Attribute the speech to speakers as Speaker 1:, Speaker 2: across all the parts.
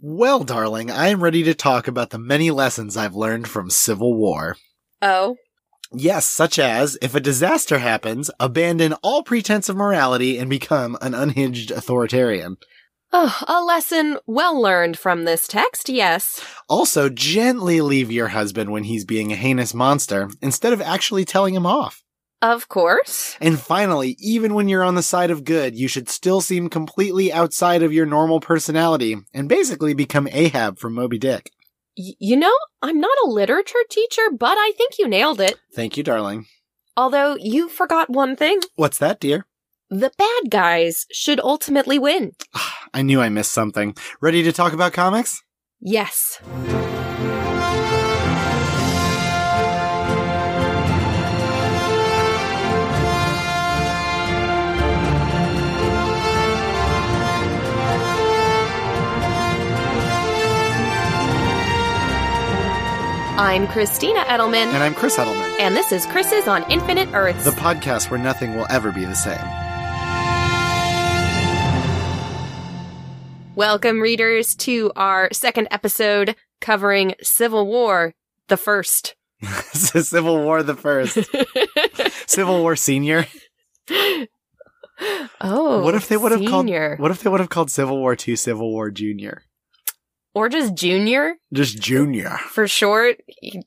Speaker 1: Well, darling, I am ready to talk about the many lessons I've learned from Civil War.
Speaker 2: Oh,
Speaker 1: Yes, such as if a disaster happens, abandon all pretense of morality and become an unhinged authoritarian.
Speaker 2: oh, a lesson well learned from this text. Yes.
Speaker 1: Also, gently leave your husband when he's being a heinous monster instead of actually telling him off.
Speaker 2: Of course.
Speaker 1: And finally, even when you're on the side of good, you should still seem completely outside of your normal personality and basically become Ahab from Moby Dick.
Speaker 2: Y- you know, I'm not a literature teacher, but I think you nailed it.
Speaker 1: Thank you, darling.
Speaker 2: Although you forgot one thing.
Speaker 1: What's that, dear?
Speaker 2: The bad guys should ultimately win.
Speaker 1: I knew I missed something. Ready to talk about comics?
Speaker 2: Yes. I'm Christina Edelman,
Speaker 1: And I'm Chris Edelman,
Speaker 2: and this is Chris's on Infinite Earths.
Speaker 1: the podcast where nothing will ever be the same.
Speaker 2: Welcome, readers, to our second episode covering Civil War, the first.
Speaker 1: This is Civil War the First. Civil War Senior.
Speaker 2: oh,
Speaker 1: What if they would have called-
Speaker 2: senior.
Speaker 1: What if they would have called Civil War Two Civil War Junior?
Speaker 2: or just junior
Speaker 1: Just Junior.
Speaker 2: for short. You,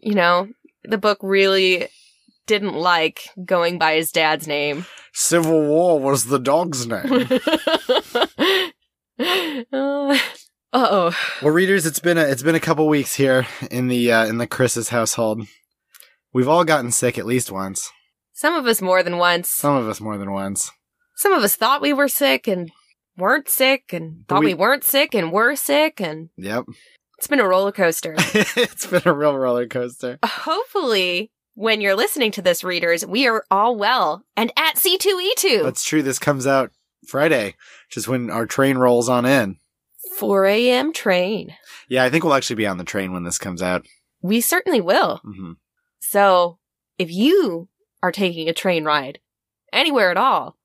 Speaker 2: you know, the book really didn't like going by his dad's name.
Speaker 1: Civil War was the dog's name.
Speaker 2: uh oh,
Speaker 1: Well, readers, it's been a it's been a couple weeks here in the uh, in the Chris's household. We've all gotten sick at least once.
Speaker 2: some of us more than once.
Speaker 1: Some of us more than once.
Speaker 2: Some of us thought we were sick and weren't sick, and
Speaker 1: But
Speaker 2: thought we-,
Speaker 1: we-
Speaker 2: weren't sick and were sick, and
Speaker 1: Yep,
Speaker 2: it's been a roller coaster.
Speaker 1: it's been a real roller coaster.
Speaker 2: Hopefully. When you're listening to this, readers, we are all well and at E C2E2.
Speaker 1: That's true. This comes out Friday, which is when our train rolls on in.
Speaker 2: 4 a.m. train.
Speaker 1: Yeah, I think we'll actually be on the train when this comes out.
Speaker 2: We certainly will.
Speaker 1: hmm
Speaker 2: So if you are taking a train ride anywhere at all,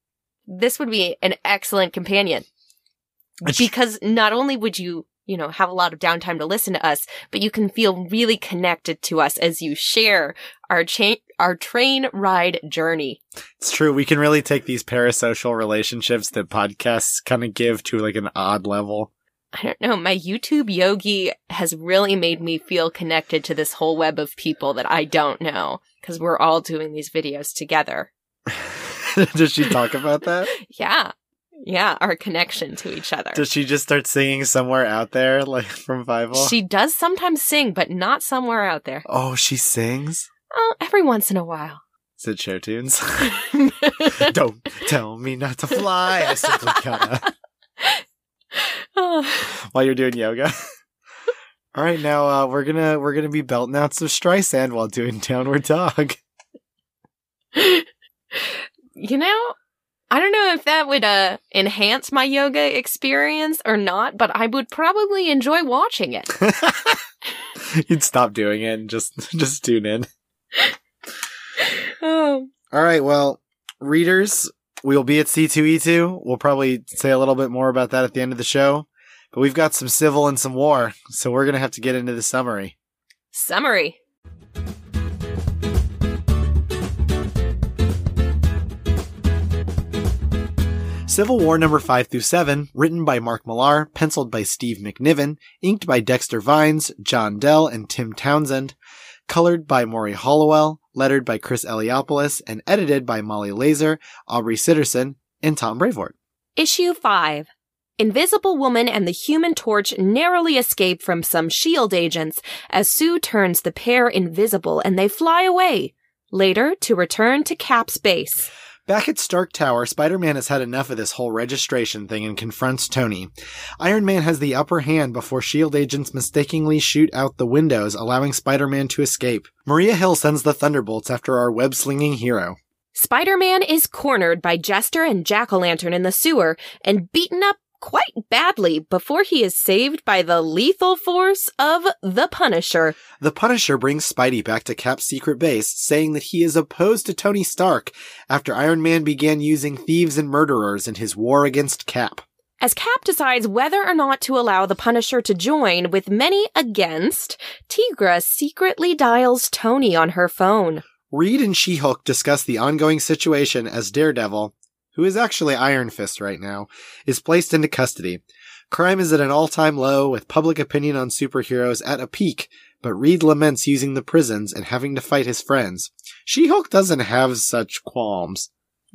Speaker 2: this would be an excellent companion
Speaker 1: It's-
Speaker 2: because not only would you, you know, have a lot of downtime to listen to us, but you can feel really connected to us as you share our cha- our train ride journey.
Speaker 1: It's true. We can really take these parasocial relationships that podcasts kind of give to like an odd level.
Speaker 2: I don't know, my YouTube yogi has really made me feel connected to this whole web of people that I don't know because we're all doing these videos together.
Speaker 1: Does she talk about that?
Speaker 2: Yeah. Yeah, our connection to each other.
Speaker 1: Does she just start singing somewhere out there, like from Bible?
Speaker 2: She does sometimes sing, but not somewhere out there.
Speaker 1: oh, she sings.
Speaker 2: Oh, every once in a while.
Speaker 1: Is it show tunes? Don't tell me not to fly. I simply gotta.
Speaker 2: oh,
Speaker 1: While you're doing yoga. All right, now uh, we're gonna we're gonna be belting out some Streisand while doing Downward Dog.
Speaker 2: you know, I don't know if that would uh, enhance my yoga experience or not, but I would probably enjoy watching it.
Speaker 1: You'd stop doing it and just just tune in.
Speaker 2: Oh,
Speaker 1: All right, well, readers, we'll be at C2E2. We'll probably say a little bit more about that at the end of the show. But we've got some civil and some war, so we're going to have to get into the summary.
Speaker 2: summary.
Speaker 1: Civil War number 5 through 7, written by Mark Millar, penciled by Steve McNiven, inked by Dexter Vines, John Dell, and Tim Townsend, colored by Maury Hollowell, lettered by Chris Eliopoulos, and edited by Molly Laser, Aubrey Sitterson, and Tom Brevoort.
Speaker 2: Issue 5. Invisible Woman and the Human Torch narrowly escape from some S.H.I.E.L.D. E agents as Sue turns the pair invisible and they fly away, later to return to Cap's base.
Speaker 1: Back at Stark Tower, Spider Man has had enough of this whole registration thing and confronts Tony. Iron Man has the upper hand before S.H.I.E.L.D. E agents mistakenly shoot out the windows, allowing Spider Man to escape. Maria Hill sends the Thunderbolts after our web slinging hero.
Speaker 2: Spider Man is cornered by Jester and Jack o' Lantern in the sewer and beaten up quite badly before he is saved by the lethal force of the Punisher.
Speaker 1: The Punisher brings Spidey back to Cap's secret base, saying that he is opposed to Tony Stark after Iron Man began using thieves and murderers in his war against Cap.
Speaker 2: As Cap decides whether or not to allow the Punisher to join with many against, Tigra secretly dials Tony on her phone.
Speaker 1: Reed and She Hulk discuss the ongoing situation as Daredevil, who is actually Iron Fist right now, is placed into custody. Crime is at an all time low, with public opinion on superheroes at a peak, but Reed laments using the prisons and having to fight his friends. She Hulk doesn't have such qualms.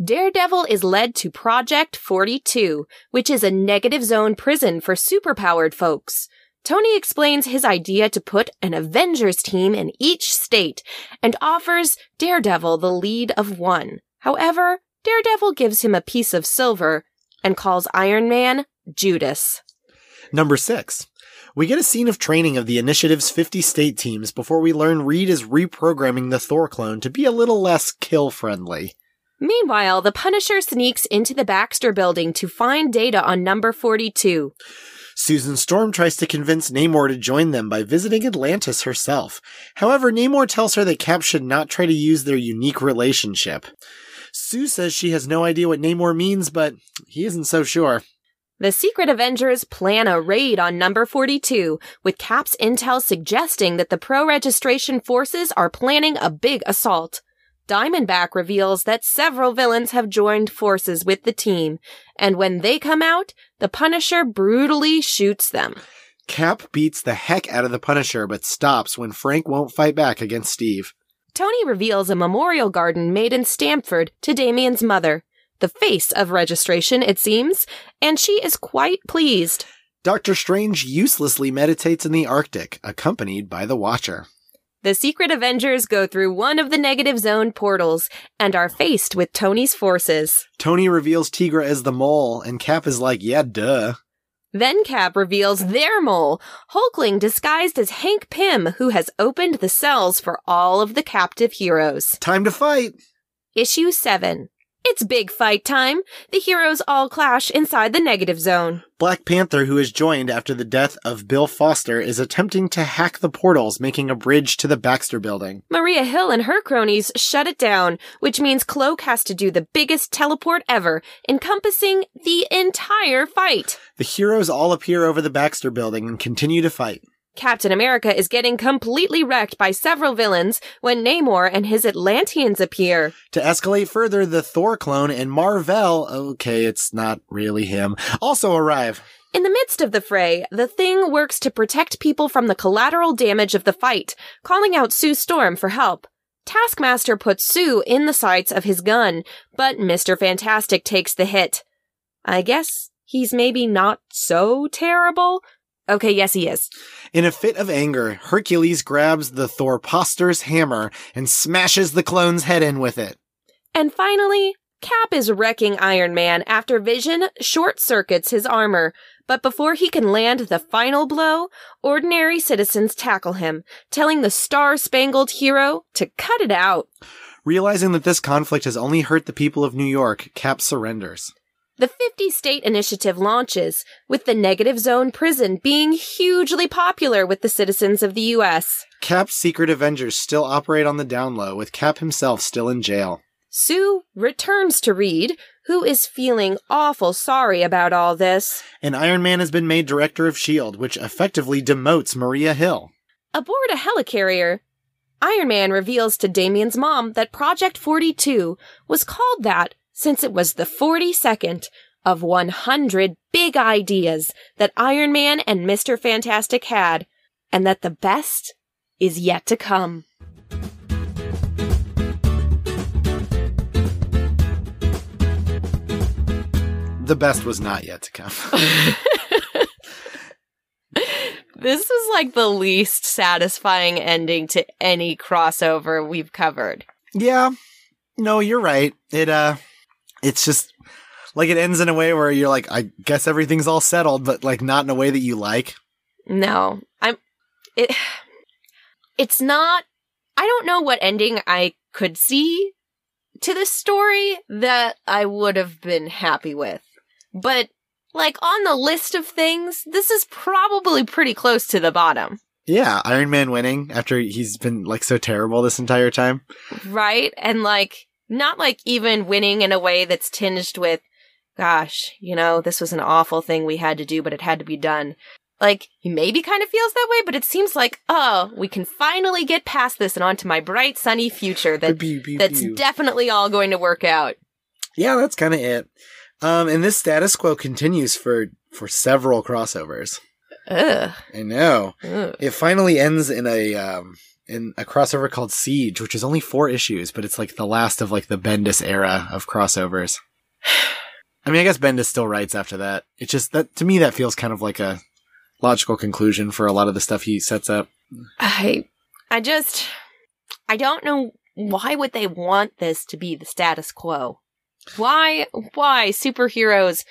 Speaker 2: Daredevil is led to Project 42, which is a negative zone prison for superpowered folks. Tony explains his idea to put an Avengers team in each state and offers Daredevil the lead of one. However, Daredevil gives him a piece of silver and calls Iron Man Judas.
Speaker 1: Number six. We get a scene of training of the initiative's 50 state teams before we learn Reed is reprogramming the Thor clone to be a little less kill friendly.
Speaker 2: Meanwhile, the Punisher sneaks into the Baxter building to find data on number 42.
Speaker 1: Susan Storm tries to convince Namor to join them by visiting Atlantis herself. However, Namor tells her that Cap should not try to use their unique relationship. Sue says she has no idea what Namor means, but he isn't so sure.
Speaker 2: The Secret Avengers plan a raid on number 42, with Cap's intel suggesting that the pro registration forces are planning a big assault. Diamondback reveals that several villains have joined forces with the team, and when they come out, the Punisher brutally shoots them.
Speaker 1: Cap beats the heck out of the Punisher, but stops when Frank won't fight back against Steve.
Speaker 2: Tony reveals a memorial garden made in Stamford to Damien's mother, the face of registration, it seems, and she is quite pleased.
Speaker 1: Doctor Strange uselessly meditates in the Arctic, accompanied by the Watcher.
Speaker 2: The Secret Avengers go through one of the negative zone portals and are faced with Tony's forces.
Speaker 1: Tony reveals Tigra as the mole, and Cap is like, yeah, duh.
Speaker 2: Then Cap reveals their mole, Hulkling disguised as Hank Pym, who has opened the cells for all of the captive heroes.
Speaker 1: Time to fight!
Speaker 2: Issue 7. It's big fight time. The heroes all clash inside the negative zone.
Speaker 1: Black Panther, who is joined after the death of Bill Foster, is attempting to hack the portals, making a bridge to the Baxter building.
Speaker 2: Maria Hill and her cronies shut it down, which means Cloak has to do the biggest teleport ever, encompassing the entire fight.
Speaker 1: The heroes all appear over the Baxter building and continue to fight.
Speaker 2: Captain America is getting completely wrecked by several villains when Namor and his Atlanteans appear.
Speaker 1: To escalate further, the Thor clone and Marvell, okay, it's not really him, also arrive.
Speaker 2: In the midst of the fray, the Thing works to protect people from the collateral damage of the fight, calling out Sue Storm for help. Taskmaster puts Sue in the sights of his gun, but Mr. Fantastic takes the hit. I guess he's maybe not so terrible? Okay, yes, he is.
Speaker 1: In a fit of anger, Hercules grabs the Thorposter's hammer and smashes the clone's head in with it.
Speaker 2: And finally, Cap is wrecking Iron Man after Vision short circuits his armor. But before he can land the final blow, ordinary citizens tackle him, telling the star spangled hero to cut it out.
Speaker 1: Realizing that this conflict has only hurt the people of New York, Cap surrenders.
Speaker 2: The 50 state initiative launches, with the negative zone prison being hugely popular with the citizens of the US.
Speaker 1: Cap's secret Avengers still operate on the down low, with Cap himself still in jail.
Speaker 2: Sue returns to Reed, who is feeling awful sorry about all this.
Speaker 1: And Iron Man has been made director of S.H.I.E.L.D., E which effectively demotes Maria Hill.
Speaker 2: Aboard a helicarrier, Iron Man reveals to Damien's mom that Project 42 was called that since it was the 42nd of 100 big ideas that Iron Man and Mr. Fantastic had, and that the best is yet to come.
Speaker 1: The best was not yet to come.
Speaker 2: This is like the least satisfying ending to any crossover we've covered.
Speaker 1: yeah. No, you're right. It uh it's just like it ends in a way where you're like, I guess everything's all settled, but like not in a way that you like.
Speaker 2: No, I'm it it's not I don't know what ending I could see to this story that I would have been happy with. But like on the list of things, this is probably pretty close to the bottom,
Speaker 1: Yeah, Iron Man winning after he's been like so terrible this entire time.
Speaker 2: right? And like not like even winning in a way that's tinged with gosh, you know, this was an awful thing we had to do, but it had to be done. Like, he maybe kind of feels that way, but it seems like, oh, we can finally get past this and onto my bright, sunny future that,
Speaker 1: Pew, pew,
Speaker 2: that's
Speaker 1: pew.
Speaker 2: definitely all going to work out.
Speaker 1: yeah, that's kind of it. Um, and this status quo continues for for several crossovers.
Speaker 2: Ugh.
Speaker 1: I know.
Speaker 2: Ugh.
Speaker 1: It finally ends in a um in a crossover called Siege, which is only four issues, but it's like the last of like the Bendis era of crossovers. I mean, I guess Bendis still writes after that. It's just that to me that feels kind of like a logical conclusion for a lot of the stuff he sets up.
Speaker 2: I, I just, I don't know why would they want this to be the status quo. Why, why superheroes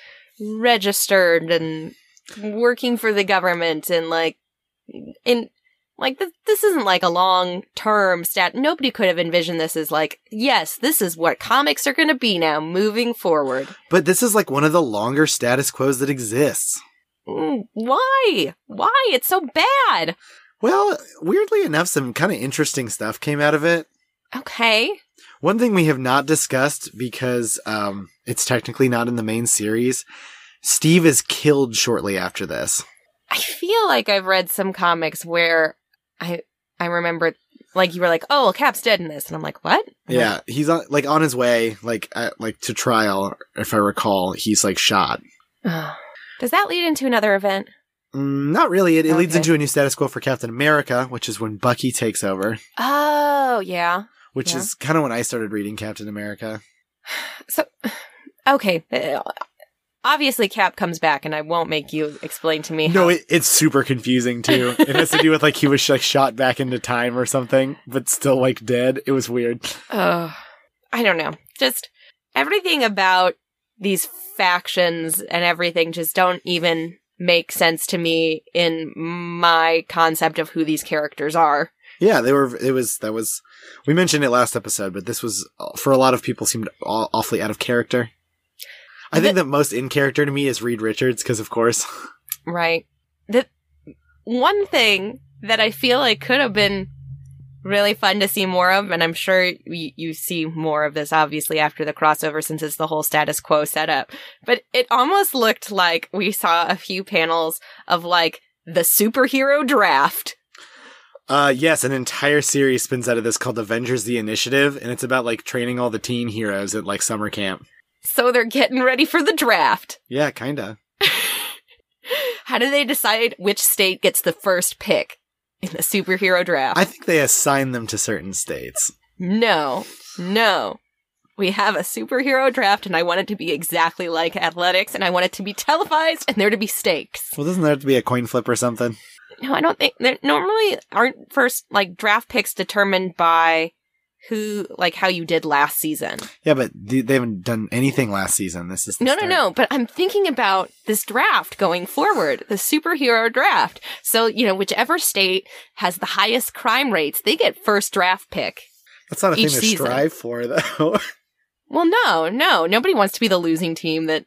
Speaker 2: registered and working for the government and like, in like th- this isn't like a long term stat. Nobody could have envisioned this as like, yes, this is what comics are going to be now moving forward.
Speaker 1: But this is like one of the longer status quos that exists.
Speaker 2: Mm, Why? Why? It's so bad.
Speaker 1: Well, weirdly enough, some kind of interesting stuff came out of it.
Speaker 2: Okay.
Speaker 1: One thing we have not discussed because um, it's technically not in the main series, Steve is killed shortly after this.
Speaker 2: I feel like I've read some comics where I I remember like you were like, "Oh, well, Cap's dead in this," and I'm like, "What?" And I'm
Speaker 1: Yeah, he's on like on his way, like at, like to trial, if I recall. He's like shot.
Speaker 2: like, "Ugh." Does that lead into another event?
Speaker 1: Mm, not really. It, it leads
Speaker 2: Okay.
Speaker 1: into a new status quo for Captain America, which is when Bucky takes over,
Speaker 2: Oh yeah.
Speaker 1: which
Speaker 2: Yeah.
Speaker 1: is kind of when I started reading Captain America.
Speaker 2: So okay, Uh, obviously Cap comes back, and I won't make you explain to me.
Speaker 1: No, it, it's super confusing too. it has to do with like he was like shot back into time or something, but still like dead. It was weird.
Speaker 2: Oh, I don't know. Just everything about these factions and everything just don't even make sense to me in my concept of who these characters are.
Speaker 1: Yeah, they were. It was that was. We mentioned it last episode, but this was uh, for a lot of people seemed aw- awfully out of character. I think the most in character to me is Reed Richards because, of course.
Speaker 2: Right. The one thing that I feel like could have been really fun to see more of, and I'm sure you, you see more of this obviously after the crossover since it's the whole status quo setup, but it almost looked like we saw a few panels of like the superhero draft.
Speaker 1: Uh, yes, an entire series spins out of this called Avengers: The Initiative, and it's about like training all the teen heroes at like summer camp.
Speaker 2: So they're getting ready for the draft.
Speaker 1: Yeah, kinda.
Speaker 2: How do they decide which state gets the first pick in the superhero draft?
Speaker 1: I think they assign them to certain states.
Speaker 2: No, no. We have a superhero draft, and I want it to be exactly like athletics, and I want it to be televised, and there to be stakes.
Speaker 1: Well, doesn't there have to be a coin flip or something?
Speaker 2: No, I don't think there normally aren't first like draft picks determined by who, like how you did last season.
Speaker 1: Yeah, but th- they haven't done anything last season. This is the
Speaker 2: No, no,
Speaker 1: start.
Speaker 2: no. But I'm thinking about this draft going forward, the superhero draft. So you know, whichever state has the highest crime rates, they get first draft pick.
Speaker 1: That's not a thing
Speaker 2: Each
Speaker 1: to
Speaker 2: season.
Speaker 1: strive for, though.
Speaker 2: Well, no, no. Nobody wants to be the losing team that,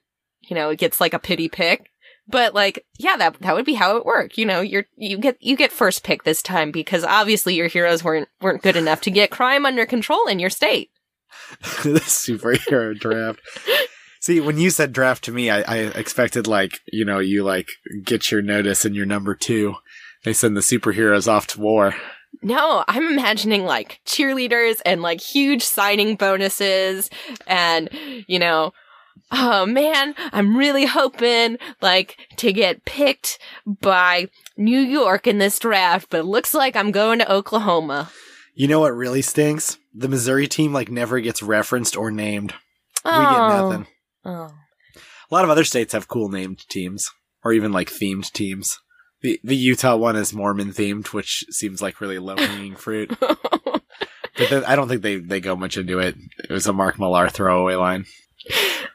Speaker 2: you know, gets like a pity pick. But like, yeah, that that would be how it worked. You know, you're you get you get first pick this time because obviously your heroes weren't weren't good enough to get crime under control in your state.
Speaker 1: the superhero draft. See, when you said draft to me, I, I expected like you know you like get your notice and you're number two. They send the superheroes off to war.
Speaker 2: No, I'm imagining like cheerleaders and like huge signing bonuses and you know, oh man, I'm really hoping like to get picked by New York in this draft, but it looks like I'm going to Oklahoma.
Speaker 1: You know what really stinks? The Missouri team like never gets referenced or named. We get
Speaker 2: Oh.
Speaker 1: nothing.
Speaker 2: Oh.
Speaker 1: A lot of other states have cool named teams or even like themed teams. The the Utah one is Mormon themed, which seems like really low hanging fruit. But then, I don't think they they go much into it. It was a Mark Millar throwaway line.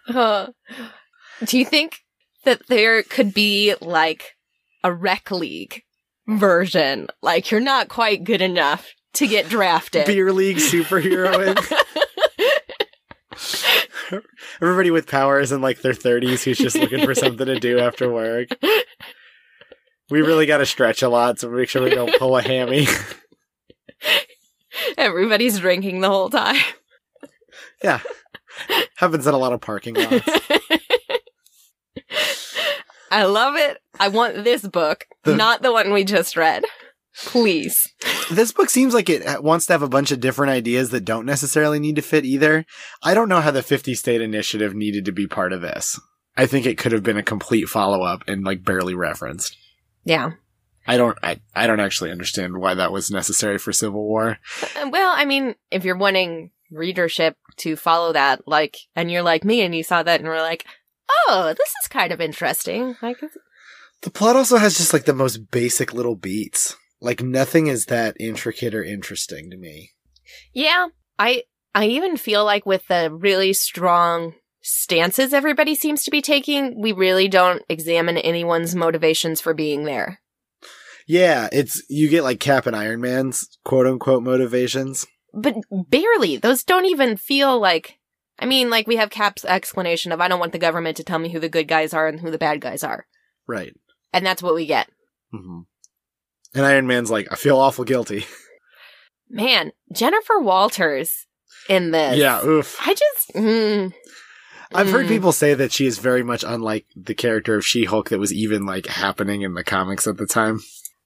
Speaker 2: Uh, do you think that there could be like a rec league version? Like you're not quite good enough to get drafted.
Speaker 1: Beer league superheroine. Everybody with powers in like their 30s who's just looking for something to do after work. We really got to stretch a lot, so make sure we don't pull a hammy.
Speaker 2: Everybody's drinking the whole time.
Speaker 1: Happens in a lot of parking lots.
Speaker 2: I love it. I want this book, not the one we just read. Please.
Speaker 1: This book seems like it wants to have a bunch of different ideas that don't necessarily need to fit either. I don't know how the 50 state initiative needed to be part of this. I think it could have been a complete follow up and like barely referenced.
Speaker 2: Yeah.
Speaker 1: I don't I, I don't actually understand why that was necessary for Civil War.
Speaker 2: Uh, Well, I mean, if you're wanting readership to follow that, like, and you're like me and you saw that and were like, oh, this is kind of interesting. Like,
Speaker 1: The plot also has just like the most basic little beats. Like nothing is that intricate or interesting to me.
Speaker 2: yeah, I, I even feel like with the really strong stances everybody seems to be taking, we really don't examine anyone's motivations for being there.
Speaker 1: Yeah, it's you get like Cap and Iron Man's quote unquote motivations.
Speaker 2: But barely. Those don't even feel like, I mean, like we have Cap's explanation of, I don't want the government to tell me who the good guys are and who the bad guys are.
Speaker 1: Right.
Speaker 2: And that's what we get.
Speaker 1: Mm-hmm. And Iron Man's like, I feel awful guilty.
Speaker 2: man, Jennifer Walters in this.
Speaker 1: yeah, oof.
Speaker 2: I just, mm,
Speaker 1: I've heard
Speaker 2: Mm.
Speaker 1: people say that she is very much unlike the character of She Hulk that was even like happening in the comics at the time.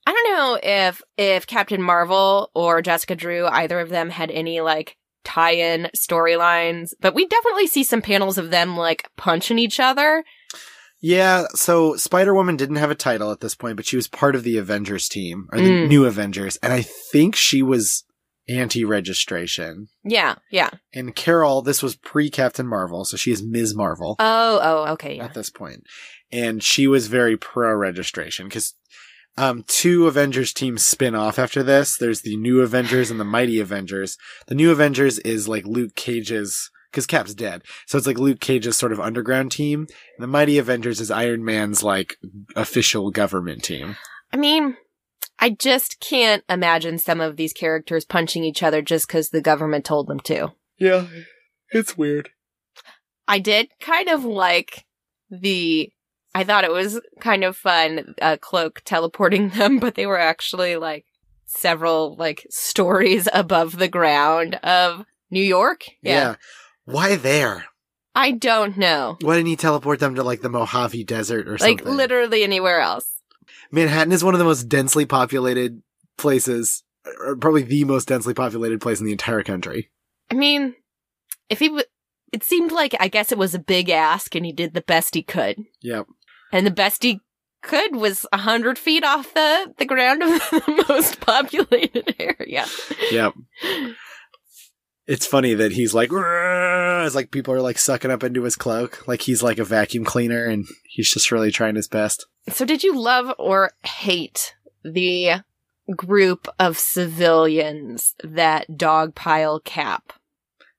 Speaker 2: I don't know if, if Captain Marvel or Jessica Drew, either of them had any like tie in storylines, but we definitely see some panels of them like punching each other.
Speaker 1: Yeah, so Spider Woman didn't have a title at this point, but she was part of the Avengers team, or the
Speaker 2: Mm.
Speaker 1: new Avengers, and I think she was anti registration.
Speaker 2: Yeah. Yeah.
Speaker 1: And Carol, this was pre Captain Marvel, so she is Ms. Marvel.
Speaker 2: Oh, oh, okay. Yeah.
Speaker 1: at this point. And she was very pro registration because um, two Avengers teams spin off after this. There's the New Avengers and the Mighty Avengers. The New Avengers is like Luke Cage's, because Cap's dead. So it's like Luke Cage's sort of underground team. And the Mighty Avengers is Iron Man's like official government team.
Speaker 2: I mean, I just can't imagine some of these characters punching each other just because the government told them to.
Speaker 1: Yeah. It's weird.
Speaker 2: I did kind of like the. I thought it was kind of fun, uh, Cloak teleporting them, but they were actually like several like stories above the ground of New York.
Speaker 1: Yeah. Why there?
Speaker 2: I don't know.
Speaker 1: Why didn't he teleport them to like the Mojave Desert or
Speaker 2: Like
Speaker 1: something?
Speaker 2: literally anywhere else.
Speaker 1: Manhattan is one of the most densely populated places, or probably the most densely populated place in the entire country.
Speaker 2: I mean, if he w- it seemed like I guess it was a big ask and he did the best he could.
Speaker 1: Yep.
Speaker 2: And the best he could was a hundred feet off the, the ground of the most populated area.
Speaker 1: Yep. It's funny that he's like, "Rrrr," it's like people are like sucking up into his cloak. Like he's like a vacuum cleaner and he's just really trying his best.
Speaker 2: So, did you love or hate the group of civilians that dogpile Cap?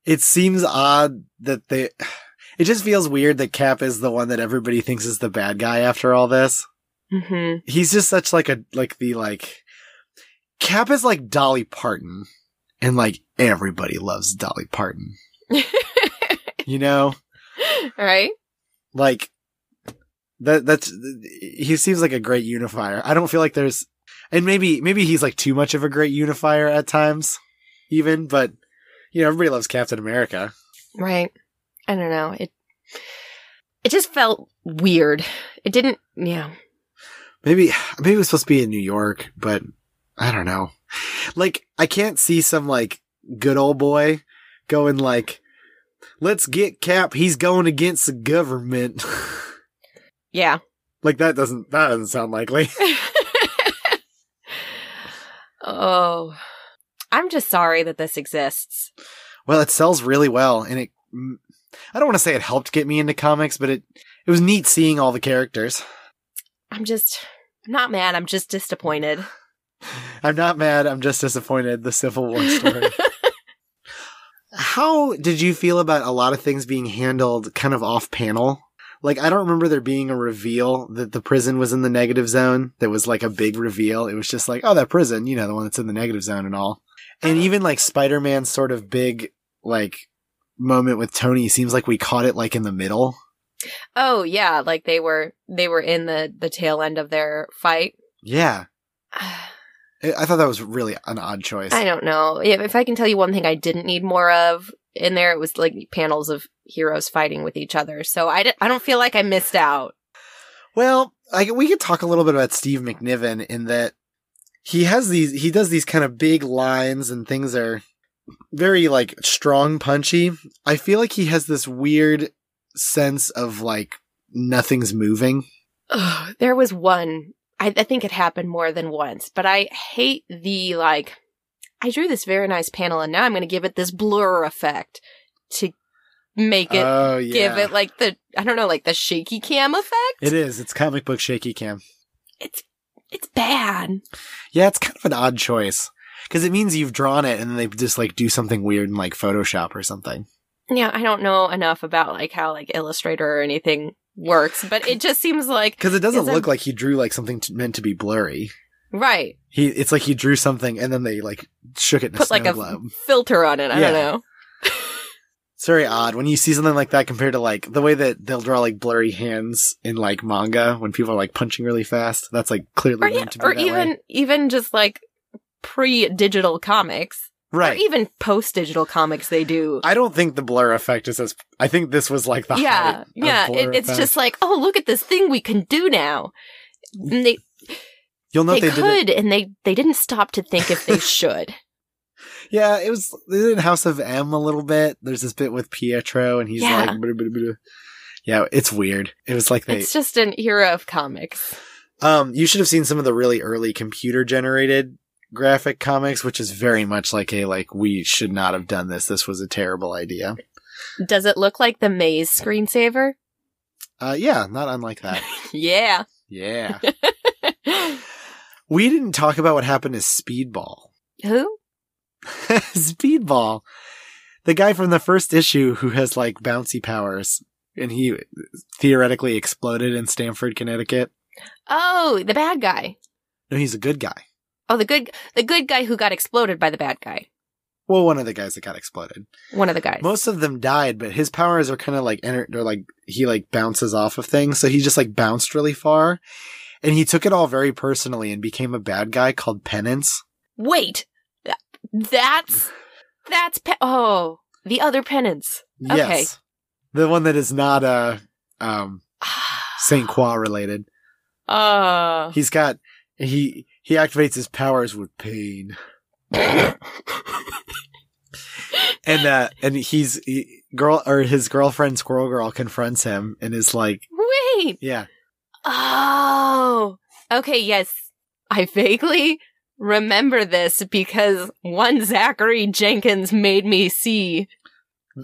Speaker 1: It seems odd that they, it just feels weird that Cap is the one that everybody thinks is the bad guy after all this.
Speaker 2: Mm-hmm.
Speaker 1: He's just such like a, like the like, Cap is like Dolly Parton and like everybody loves Dolly Parton. you know
Speaker 2: right?
Speaker 1: like that that's he seems like a great unifier i don't feel like there's and maybe maybe he's like too much of a great unifier at times even but you know everybody loves captain america
Speaker 2: Right. I don't know. It it just felt weird. It didn't. Yeah.
Speaker 1: maybe maybe it was supposed to be in new york but i don't know like i can't see some like good old boy going like let's get cap he's going against the government
Speaker 2: Yeah.
Speaker 1: like that doesn't that doesn't sound likely
Speaker 2: oh, I'm just sorry that this exists.
Speaker 1: Well, it sells really well, and it. mm, I don't want to say it helped get me into comics, but it it was neat seeing all the characters.
Speaker 2: I'm just I'm not mad. I'm just disappointed.
Speaker 1: I'm not mad. I'm just disappointed. The Civil War story. How did you feel about a lot of things being handled kind of off panel? Like, I don't remember there being a reveal that the prison was in the negative zone. That was like a big reveal. It was just like, oh, that prison, you know, the one that's in the negative zone and all. And even like Spider Man's sort of big, like, moment with Tony seems like we caught it like in the middle.
Speaker 2: Oh yeah, like they were they were in the the tail end of their fight.
Speaker 1: Yeah. I I thought that was really an odd choice.
Speaker 2: I don't know. If, if I can tell you one thing I didn't need more of in there, it was like panels of heroes fighting with each other. So I, di- I don't feel like I missed out.
Speaker 1: Well, like we could talk a little bit about Steve McNiven in that he has these he does these kind of big lines and things are very like strong punchy. I feel like he has this weird sense of like nothing's moving.
Speaker 2: Ugh, there was one. I, I think it happened more than once, but I hate the like. I drew this very nice panel, and now I'm going to give it this blur effect to make it
Speaker 1: oh yeah.
Speaker 2: give it like the I don't know, like the shaky cam effect.
Speaker 1: it is. It's comic book shaky cam.
Speaker 2: It's it's bad.
Speaker 1: Yeah, it's kind of an odd choice because it means you've drawn it and then they just like do something weird in like Photoshop or something.
Speaker 2: Yeah, I don't know enough about like how like Illustrator or anything works, but it just seems like
Speaker 1: Because it doesn't
Speaker 2: Is it-
Speaker 1: look like he drew like something t meant to be blurry.
Speaker 2: right.
Speaker 1: He it's like he drew something and then they like shook it in a
Speaker 2: Put
Speaker 1: snow
Speaker 2: like a
Speaker 1: globe.
Speaker 2: filter on it. I
Speaker 1: Yeah.
Speaker 2: don't know.
Speaker 1: It's very odd when you see something like that compared to like the way that they'll draw like blurry hands in like manga when people are like punching really fast. That's like clearly
Speaker 2: Or, yeah,
Speaker 1: meant to be
Speaker 2: or
Speaker 1: that
Speaker 2: even
Speaker 1: way.
Speaker 2: even just like pre-digital comics
Speaker 1: right.
Speaker 2: or even post-digital comics they do.
Speaker 1: I don't think the blur effect is as. I think this was like the height
Speaker 2: yeah,
Speaker 1: of
Speaker 2: yeah.
Speaker 1: blur
Speaker 2: It, it's
Speaker 1: effect.
Speaker 2: just like, oh, look at this thing we can do now. And they
Speaker 1: you'll note
Speaker 2: they,
Speaker 1: they, did it.
Speaker 2: could, and they they didn't stop to think if they should.
Speaker 1: Yeah, it was they did House of M a little bit. There's this bit with Pietro and he's
Speaker 2: Yeah.
Speaker 1: like, "Blah, blah, blah." yeah, it's weird. It was like they.
Speaker 2: It's just an era of comics.
Speaker 1: Um, you should have seen some of the really early computer generated graphic comics, which is very much like a like we should not have done this. This was a terrible idea.
Speaker 2: Does it look like the maze screensaver?
Speaker 1: Uh, yeah, not unlike that.
Speaker 2: Yeah.
Speaker 1: Yeah, we didn't talk about what happened to Speedball.
Speaker 2: Who?
Speaker 1: Speedball, the guy from the first issue who has like bouncy powers, and he theoretically exploded in Stamford, Connecticut.
Speaker 2: Oh, the bad guy.
Speaker 1: No, he's a good guy.
Speaker 2: Oh, the good the good guy who got exploded by the bad guy.
Speaker 1: Well, one of the guys that got exploded.
Speaker 2: One of the guys.
Speaker 1: Most of them died, but his powers are kind of like enter or like he like bounces off of things. So he just like bounced really far, and he took it all very personally and became a bad guy called Penance.
Speaker 2: Wait. Th- That's that's pe- oh, the other penance. Okay.
Speaker 1: Yes, the one that is not uh um Saint Croix related.
Speaker 2: Uh,
Speaker 1: He's got he he activates his powers with pain. and uh and he's he, girl or his girlfriend squirrel girl confronts him and is like
Speaker 2: wait.
Speaker 1: yeah
Speaker 2: Oh. Okay, yes. I vaguely remember this because one Zachary Jenkins made me see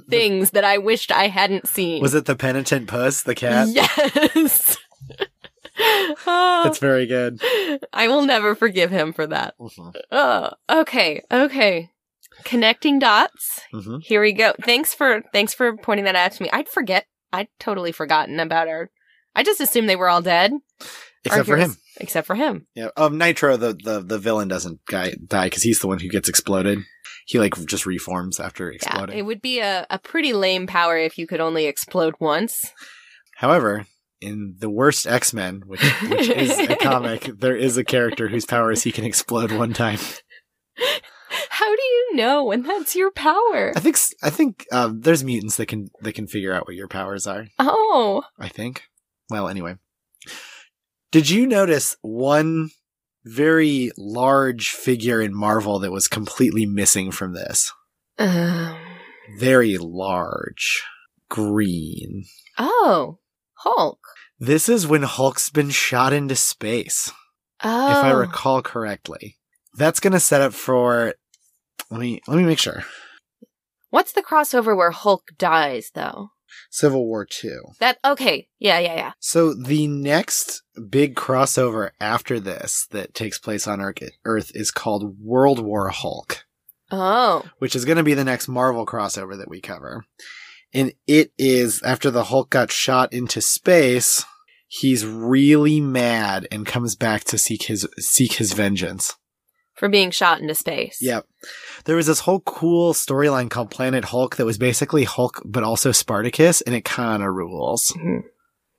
Speaker 2: things that I wished I hadn't seen.
Speaker 1: was it the penitent puss the cat
Speaker 2: Yes. oh,
Speaker 1: that's very good
Speaker 2: I will never forgive him for that.
Speaker 1: Mm-hmm.
Speaker 2: Oh, okay, okay. Connecting dots.
Speaker 1: Mhm.
Speaker 2: Here we go. Thanks for thanks for pointing that out to me. I'd forget. I'd totally forgotten about our. I just assumed they were all dead. Our
Speaker 1: except for
Speaker 2: heroes-
Speaker 1: him
Speaker 2: Except for him.
Speaker 1: yeah um nitro the the, the villain doesn't guy, die because he's the one who gets exploded he like just reforms after exploding
Speaker 2: Yeah, it would be a, a pretty lame power if you could only explode once.
Speaker 1: however in the worst x-men which, which is a comic there is a character whose power is he can explode one time
Speaker 2: How do you know when that's your power?
Speaker 1: i think s- i think um, there's mutants that can that can figure out what your powers are
Speaker 2: Oh,
Speaker 1: I think. Well, anyway. Did you notice one very large figure in Marvel that was completely missing from this?
Speaker 2: um,
Speaker 1: Very large. Green.
Speaker 2: oh, Hulk.
Speaker 1: This is when Hulk's been shot into space,
Speaker 2: Oh,
Speaker 1: if I recall correctly. That's going to set up for let me let me make sure.
Speaker 2: What's the crossover where Hulk dies though?
Speaker 1: Civil War 2.
Speaker 2: That okay. Yeah, yeah, yeah.
Speaker 1: So the next big crossover after this that takes place on Earth- Earth is called World War Hulk.
Speaker 2: Oh.
Speaker 1: which is going to be the next Marvel crossover that we cover. And it is after the Hulk got shot into space, he's really mad and comes back to seek his seek his vengeance.
Speaker 2: For being shot into space.
Speaker 1: Yep. There was this whole cool storyline called Planet Hulk that was basically Hulk but also Spartacus and it kind of rules.
Speaker 2: Mhm.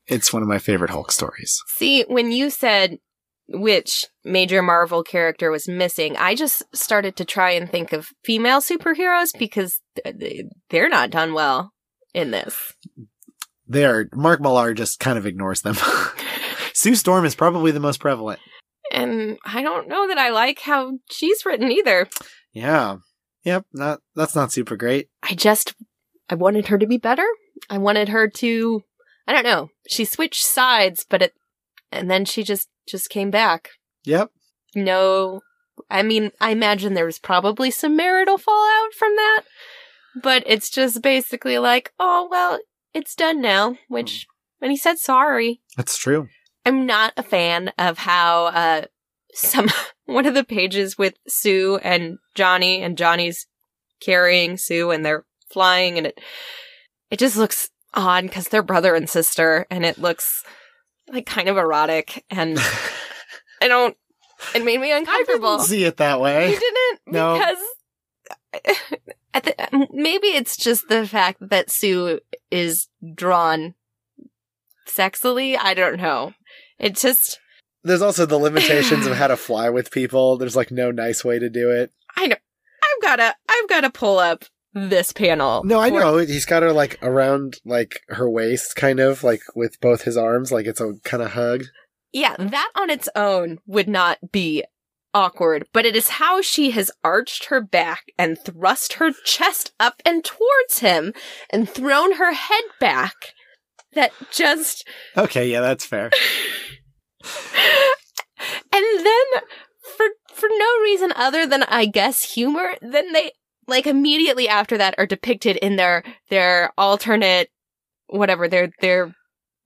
Speaker 1: It's one of my favorite Hulk stories.
Speaker 2: See, when you said which major Marvel character was missing, I just started to try and think of female superheroes because th- th- they're not done well in this.
Speaker 1: They are Mark Millar just kind of ignores them. Sue Storm is probably the most prevalent.
Speaker 2: And I don't know that I like how she's written either.
Speaker 1: Yeah. Yep, not that's not super great.
Speaker 2: I just I wanted her to be better. I wanted her to I don't know. She switched sides, but it and then she just just came back.
Speaker 1: Yep.
Speaker 2: No. I mean, I imagine there was probably some marital fallout from that, but it's just basically like, "Oh, well, it's done now," which and he said sorry.
Speaker 1: That's true.
Speaker 2: I'm not a fan of how uh some one of the pages with Sue and Johnny and Johnny's carrying Sue and they're flying and it it just looks odd cuz they're brother and sister and it looks like kind of erotic and I don't it made me
Speaker 1: I
Speaker 2: uncomfortable.
Speaker 1: didn't see it that
Speaker 2: You
Speaker 1: way.
Speaker 2: didn't
Speaker 1: No.
Speaker 2: because uh, at the, maybe it's just the fact that Sue is drawn sexily. I don't know. It just
Speaker 1: There's also the limitations of how to fly with people. There's like no nice way to do it.
Speaker 2: I've gotta I've gotta pull up this panel.
Speaker 1: No, I
Speaker 2: for-
Speaker 1: know. He's got her like around like her waist kind of like with both his arms like it's a kind of hug.
Speaker 2: Yeah, that on its own would not be awkward, but it is how she has arched her back and thrust her chest up and towards him and thrown her head back that just
Speaker 1: Okay, yeah, that's fair.
Speaker 2: and then for for no reason other than I guess humor, then they like immediately after that are depicted in their their alternate whatever their their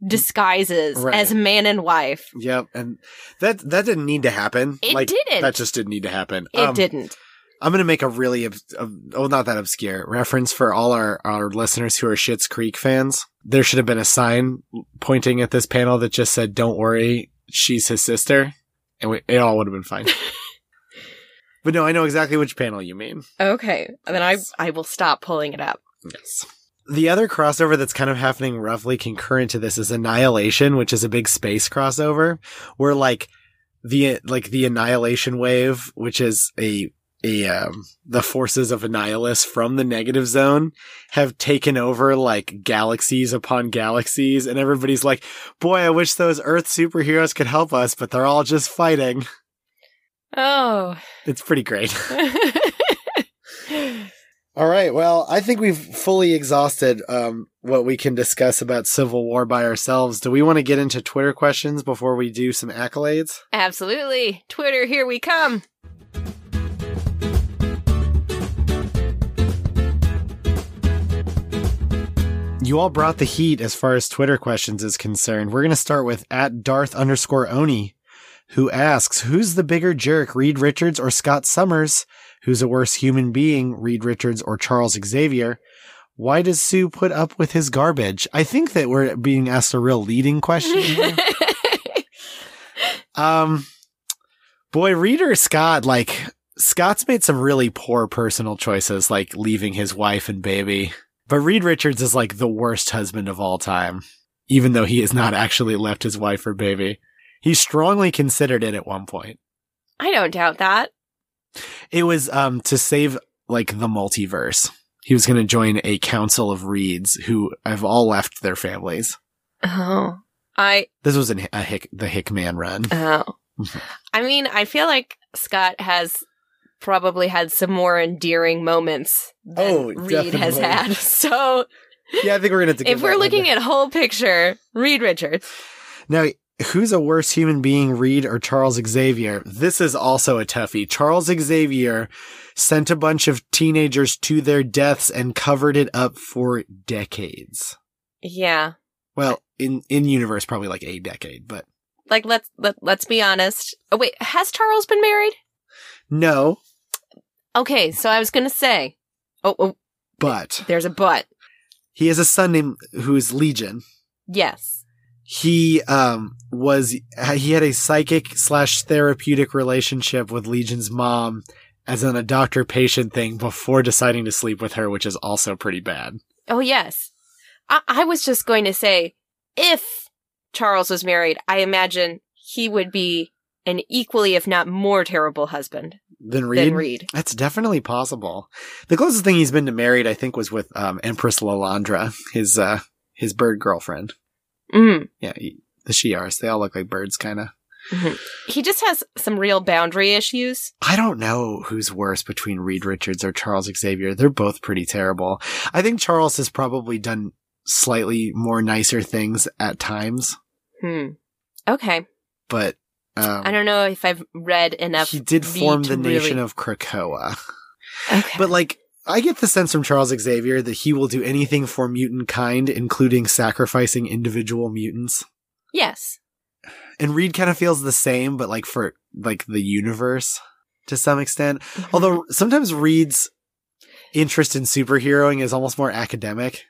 Speaker 2: disguises
Speaker 1: Right.
Speaker 2: as man and wife.
Speaker 1: yep, and that that didn't need to happen.
Speaker 2: It
Speaker 1: like
Speaker 2: didn't.
Speaker 1: that just didn't need to happen.
Speaker 2: it
Speaker 1: Um,
Speaker 2: didn't.
Speaker 1: I'm gonna make a really ob- ob- oh not that obscure reference for all our our listeners who are Shit's Creek fans. There should have been a sign pointing at this panel that just said, "Don't worry, she's his sister," and we, it all would have been fine. but no, I know exactly which panel you mean.
Speaker 2: Okay, then I I will stop pulling it up.
Speaker 1: Yes. The other crossover that's kind of happening roughly concurrent to this is Annihilation, which is a big space crossover where like the like the Annihilation wave, which is a a um, the forces of Annihilus from the negative zone have taken over like galaxies upon galaxies and everybody's like, "Boy, I wish those Earth superheroes could help us, but they're all just fighting."
Speaker 2: Oh.
Speaker 1: It's pretty great. All right. Well, I think we've fully exhausted um, what we can discuss about Civil War by ourselves. Do we want to get into Twitter questions before we do some accolades?
Speaker 2: Absolutely. Twitter, here we come.
Speaker 1: You all brought the heat as far as Twitter questions is concerned. We're going to start with at Darth underscore Oni, who asks, "Who's the bigger jerk, Reed Richards or Scott Summers? Who's a worse human being, Reed Richards or Charles Xavier?" Why does Sue put up with his garbage? I think that we're being asked a real leading question. here. Um, boy, reader Scott, like Scott's made some really poor personal choices, like leaving his wife and baby. But Reed Richards is like the worst husband of all time, even though he has not actually left his wife or baby. He strongly considered it at one point.
Speaker 2: I don't doubt that.
Speaker 1: It was um to save like the multiverse. He was going to join a council of reeds who have all left their families.
Speaker 2: Oh. I
Speaker 1: This was an, a hick, the Hickman run.
Speaker 2: Oh.
Speaker 1: Mm-hmm.
Speaker 2: I mean, I feel like Scott has probably had some more endearing moments than
Speaker 1: Oh,
Speaker 2: Reed has
Speaker 1: definitely.
Speaker 2: had. So
Speaker 1: Yeah, I think we're going to.
Speaker 2: if we're looking at whole picture, Reed Richards.
Speaker 1: Now, who's a worse human being, Reed or Charles Xavier? This is also a toughie. Charles Xavier sent a bunch of teenagers to their deaths and covered it up for decades.
Speaker 2: Yeah.
Speaker 1: Well, in in universe, probably like a decade, but
Speaker 2: Like let's let, let's be honest. Oh wait, has Charles been married?
Speaker 1: no.
Speaker 2: Okay, so I was going to say oh, oh,
Speaker 1: But
Speaker 2: there's a but.
Speaker 1: he has a son named who's Legion.
Speaker 2: Yes.
Speaker 1: He um was he had a psychic slash therapeutic relationship with Legion's mom as in a doctor patient thing before deciding to sleep with her, which is also pretty bad.
Speaker 2: Oh yes. I, I was just going to say if Charles was married, I imagine he would be an equally if not more terrible husband.
Speaker 1: than Reed.
Speaker 2: than Reed.
Speaker 1: That's definitely possible. The closest thing he's been to married, I think, was with um, Empress Lalandra, his uh, his bird girlfriend.
Speaker 2: Mm.
Speaker 1: Yeah, he- the Shi'ars. They all look like birds, kind of.
Speaker 2: He just has some real boundary issues.
Speaker 1: I don't know who's worse between Reed Richards or Charles Xavier. They're both pretty terrible. I think Charles has probably done slightly more nicer things at times,
Speaker 2: Hmm. Okay.
Speaker 1: but um,
Speaker 2: I don't know if I've read enough.
Speaker 1: he did
Speaker 2: Reed
Speaker 1: form
Speaker 2: to
Speaker 1: the nation
Speaker 2: really-
Speaker 1: of Krakoa.
Speaker 2: Okay.
Speaker 1: But like, I get the sense from Charles Xavier that he will do anything for mutant kind, including sacrificing individual mutants.
Speaker 2: yes.
Speaker 1: And Reed kind of feels the same, but like for like the universe to some extent.
Speaker 2: Mhm.
Speaker 1: Although sometimes Reed's interest in superheroing is almost more academic.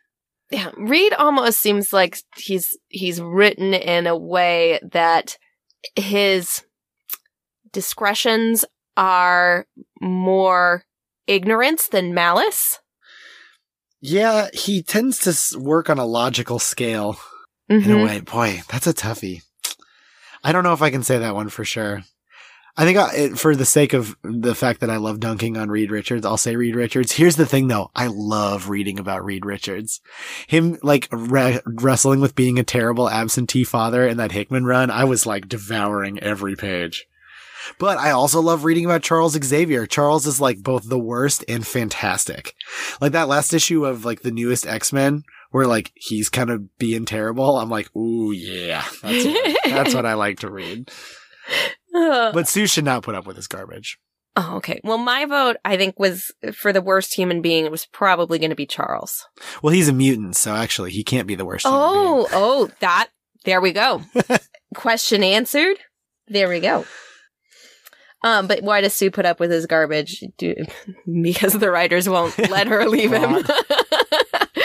Speaker 2: Yeah, Reed almost seems like he's he's written in a way that his discretions are more ignorance than malice.
Speaker 1: Yeah, he tends to s- work on a logical scale in
Speaker 2: Mhm.
Speaker 1: a way. Boy, that's a toughie. I don't know if I can say that one for sure. I think I, it, for the sake of the fact that I love dunking on Reed Richards, I'll say Reed Richards. Here's the thing though. I love reading about Reed Richards. Him like re- wrestling with being a terrible absentee father in that Hickman run. I was like devouring every page. But I also love reading about Charles Xavier. Charles is like both the worst and fantastic. Like that last issue of like the newest X-Men where like he's kind of being terrible. I'm like, ooh, yeah. That's what, that's what I like to read.
Speaker 2: Ugh.
Speaker 1: But Sue should not put up with this garbage.
Speaker 2: oh, okay. Well, my vote I think was for the worst human being. It was probably going to be Charles.
Speaker 1: Well, he's a mutant, so actually he can't be the worst. human being.
Speaker 2: Oh, oh, that. There we go. Question answered. There we go. Um, but why does Sue put up with his garbage? Do, because the writers won't let her leave him.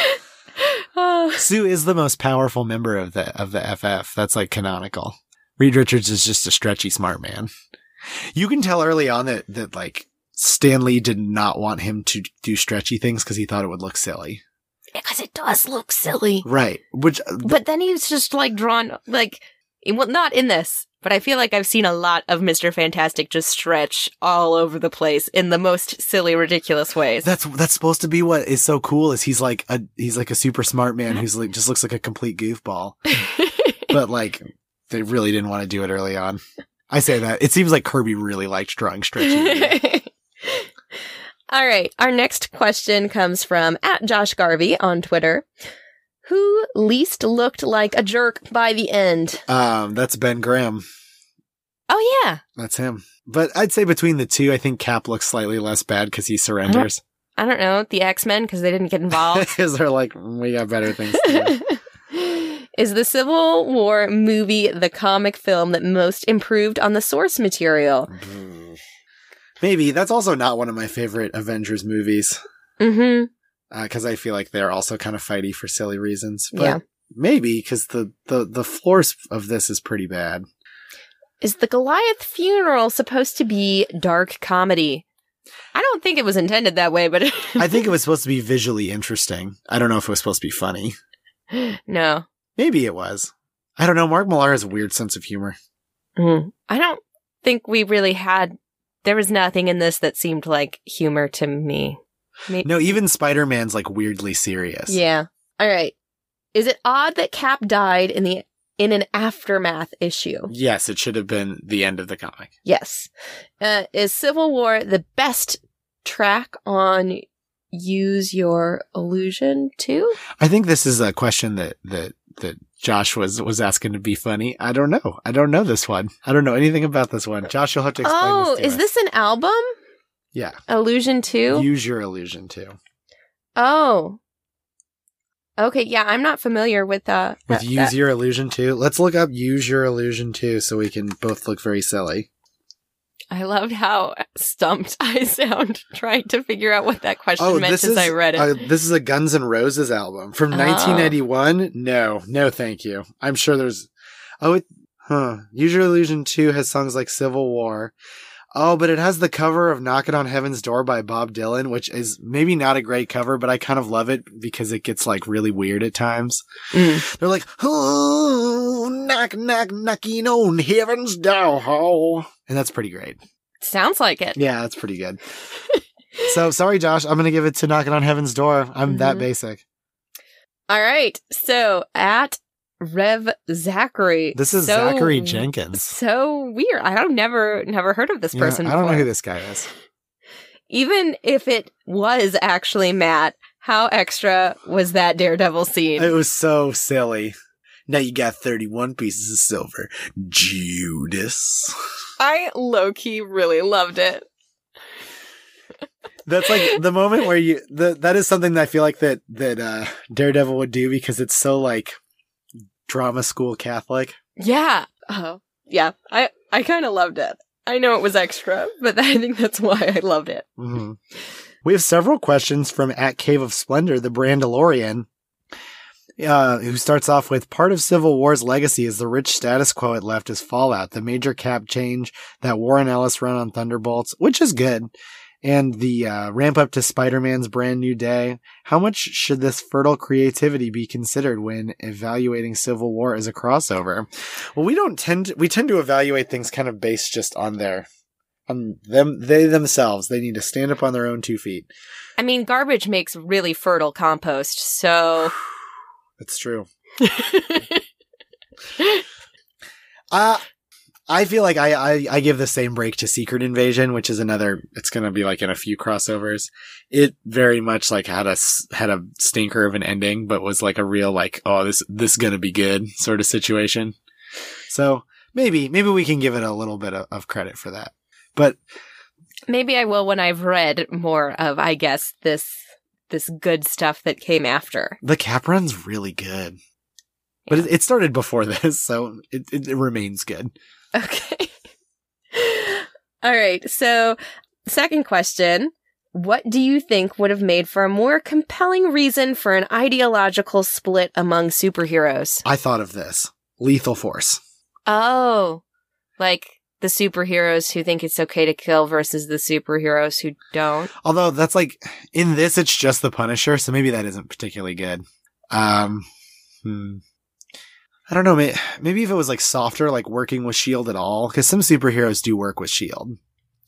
Speaker 2: oh,
Speaker 1: Sue is the most powerful member of the of the FF. That's like canonical. Reed Richards is just a stretchy smart man. You can tell early on that that like Stanley did not want him to do stretchy things because he thought it would look silly.
Speaker 2: because it does look silly.
Speaker 1: Right. Which uh,
Speaker 2: But then he's just like drawn like well, not in this. But I feel like I've seen a lot of Mr. Fantastic just stretch all over the place in the most silly, ridiculous ways.
Speaker 1: That's that's supposed to be what is so cool is he's like a he's like a super smart man who's like just looks like a complete goofball. But like they really didn't want to do it early on. I say that. It seems like Kirby really liked drawing stretchy.
Speaker 2: All right. Our next question comes from at Josh Garvey on Twitter. Who least looked like a jerk by the end?
Speaker 1: um that's Ben Graham.
Speaker 2: Oh yeah.
Speaker 1: That's him. But I'd say between the two, I think Cap looks slightly less bad cuz he surrenders.
Speaker 2: I don't know, the X-Men because they didn't get involved.
Speaker 1: Cuz they're like we got better things to do.
Speaker 2: Is the Civil War movie the comic film that most improved on the source material?
Speaker 1: Maybe that's also not one of my favorite Avengers movies.
Speaker 2: Mhm.
Speaker 1: because I feel like they're also kind of fighty for silly reasons. But
Speaker 2: Yeah.
Speaker 1: maybe because the, the the floors of this is pretty bad.
Speaker 2: Is the Goliath funeral supposed to be dark comedy? I don't think it was intended that way, but
Speaker 1: I think it was supposed to be visually interesting. I don't know if it was supposed to be funny.
Speaker 2: no.
Speaker 1: Maybe it was. I don't know. Mark Millar has a weird sense of humor. Mm-hmm.
Speaker 2: Mm. I don't think we really had. There was nothing in this that seemed like humor to me. Me-
Speaker 1: No, even Spider Man's like weirdly serious.
Speaker 2: Yeah. All right. Is it odd that Cap died in the in an aftermath issue?
Speaker 1: Yes, it should have been the end of the comic.
Speaker 2: Yes. Uh, is Civil War the best track on Use Your Illusion too?
Speaker 1: I think this is a question that that that Josh was was asking to be funny. I don't know. I don't know this one. I don't know anything about this one. Josh, you'll have to explain.
Speaker 2: Oh,
Speaker 1: this to
Speaker 2: is
Speaker 1: us.
Speaker 2: this an album?
Speaker 1: Yeah.
Speaker 2: Illusion two.
Speaker 1: Use your illusion too.
Speaker 2: oh. Okay. Yeah, I'm not familiar with uh
Speaker 1: with
Speaker 2: that-
Speaker 1: use
Speaker 2: that-
Speaker 1: your illusion 2 let's look up use your illusion 2 so we can both look very silly
Speaker 2: I loved how stumped I sound trying to figure out what that question meant
Speaker 1: Oh, this
Speaker 2: as
Speaker 1: is
Speaker 2: I read it.
Speaker 1: uh, this is a guns N' roses album from
Speaker 2: Oh.
Speaker 1: 1991 no no thank you i'm sure there's oh it huh use your illusion 2 has songs like civil war oh but it has the cover of knock it on heaven's door by bob dylan which is maybe not a great cover but i kind of love it because it gets like really weird at times
Speaker 2: Mm.
Speaker 1: they're like oh knock knock knocking on heaven's door and that's pretty great
Speaker 2: Sounds like it.
Speaker 1: Yeah, that's pretty good. so sorry, Josh. I'm gonna give it to
Speaker 2: Mm-hmm.
Speaker 1: knocking on heaven's door. I'm that
Speaker 2: Mhm.
Speaker 1: basic.
Speaker 2: All right. So at Rev Zachary.
Speaker 1: This is
Speaker 2: So-
Speaker 1: Zachary Jenkins.
Speaker 2: So weird. I don't never never heard of this
Speaker 1: Yeah,
Speaker 2: person.
Speaker 1: I don't know
Speaker 2: before.
Speaker 1: who this guy is.
Speaker 2: Even if it was actually Matt, how extra was that Daredevil scene?
Speaker 1: It was so silly. Now you got 31 pieces of silver. Judas.
Speaker 2: I low key really loved it.
Speaker 1: That's like the moment where you the, that is something that I feel like that that uh Daredevil would do because it's so like drama school Catholic.
Speaker 2: Yeah. Oh, yeah. I I kind of loved it. I know it was extra, but I think that's why I loved it.
Speaker 1: Mhm. We have several questions from at Cave of Splendor, the Brandalorian, uh, who starts off with part of Civil War's legacy is the rich status quo it left is Fallout, the major cap change that Warren Ellis run on Thunderbolts, which is good, and the uh, ramp up to Spider Man's brand new day. How much should this fertile creativity be considered when evaluating Civil War as a crossover? Well, we don't tend to, we tend to evaluate things kind of based just on their on them they themselves they need to stand up on their own two feet
Speaker 2: I mean, garbage makes really fertile compost, so
Speaker 1: that's true uh i feel like I, I i give the same break to secret invasion which is another it's gonna be like in a few crossovers it very much like had a s- had a stinker of an ending but was like a real like oh this this gonna be good sort of situation so maybe maybe we can give it a little bit of, of credit for that but
Speaker 2: maybe I will when I've read more of, I guess, this this good stuff that came after.
Speaker 1: the cap run's really good but it, it started before this so it, it, it remains good
Speaker 2: Okay. All right. So, second question What do you think would have made for a more compelling reason for an ideological split among superheroes?
Speaker 1: I thought of this. Lethal Force.
Speaker 2: Oh, like the superheroes who think it's okay to kill versus the superheroes who don't.
Speaker 1: Although that's like in this, it's just the Punisher, so maybe that isn't particularly good. Um, hmm. I don't know. Maybe, maybe if it was like softer, like working with Shield E at all, because some superheroes do work with Shield.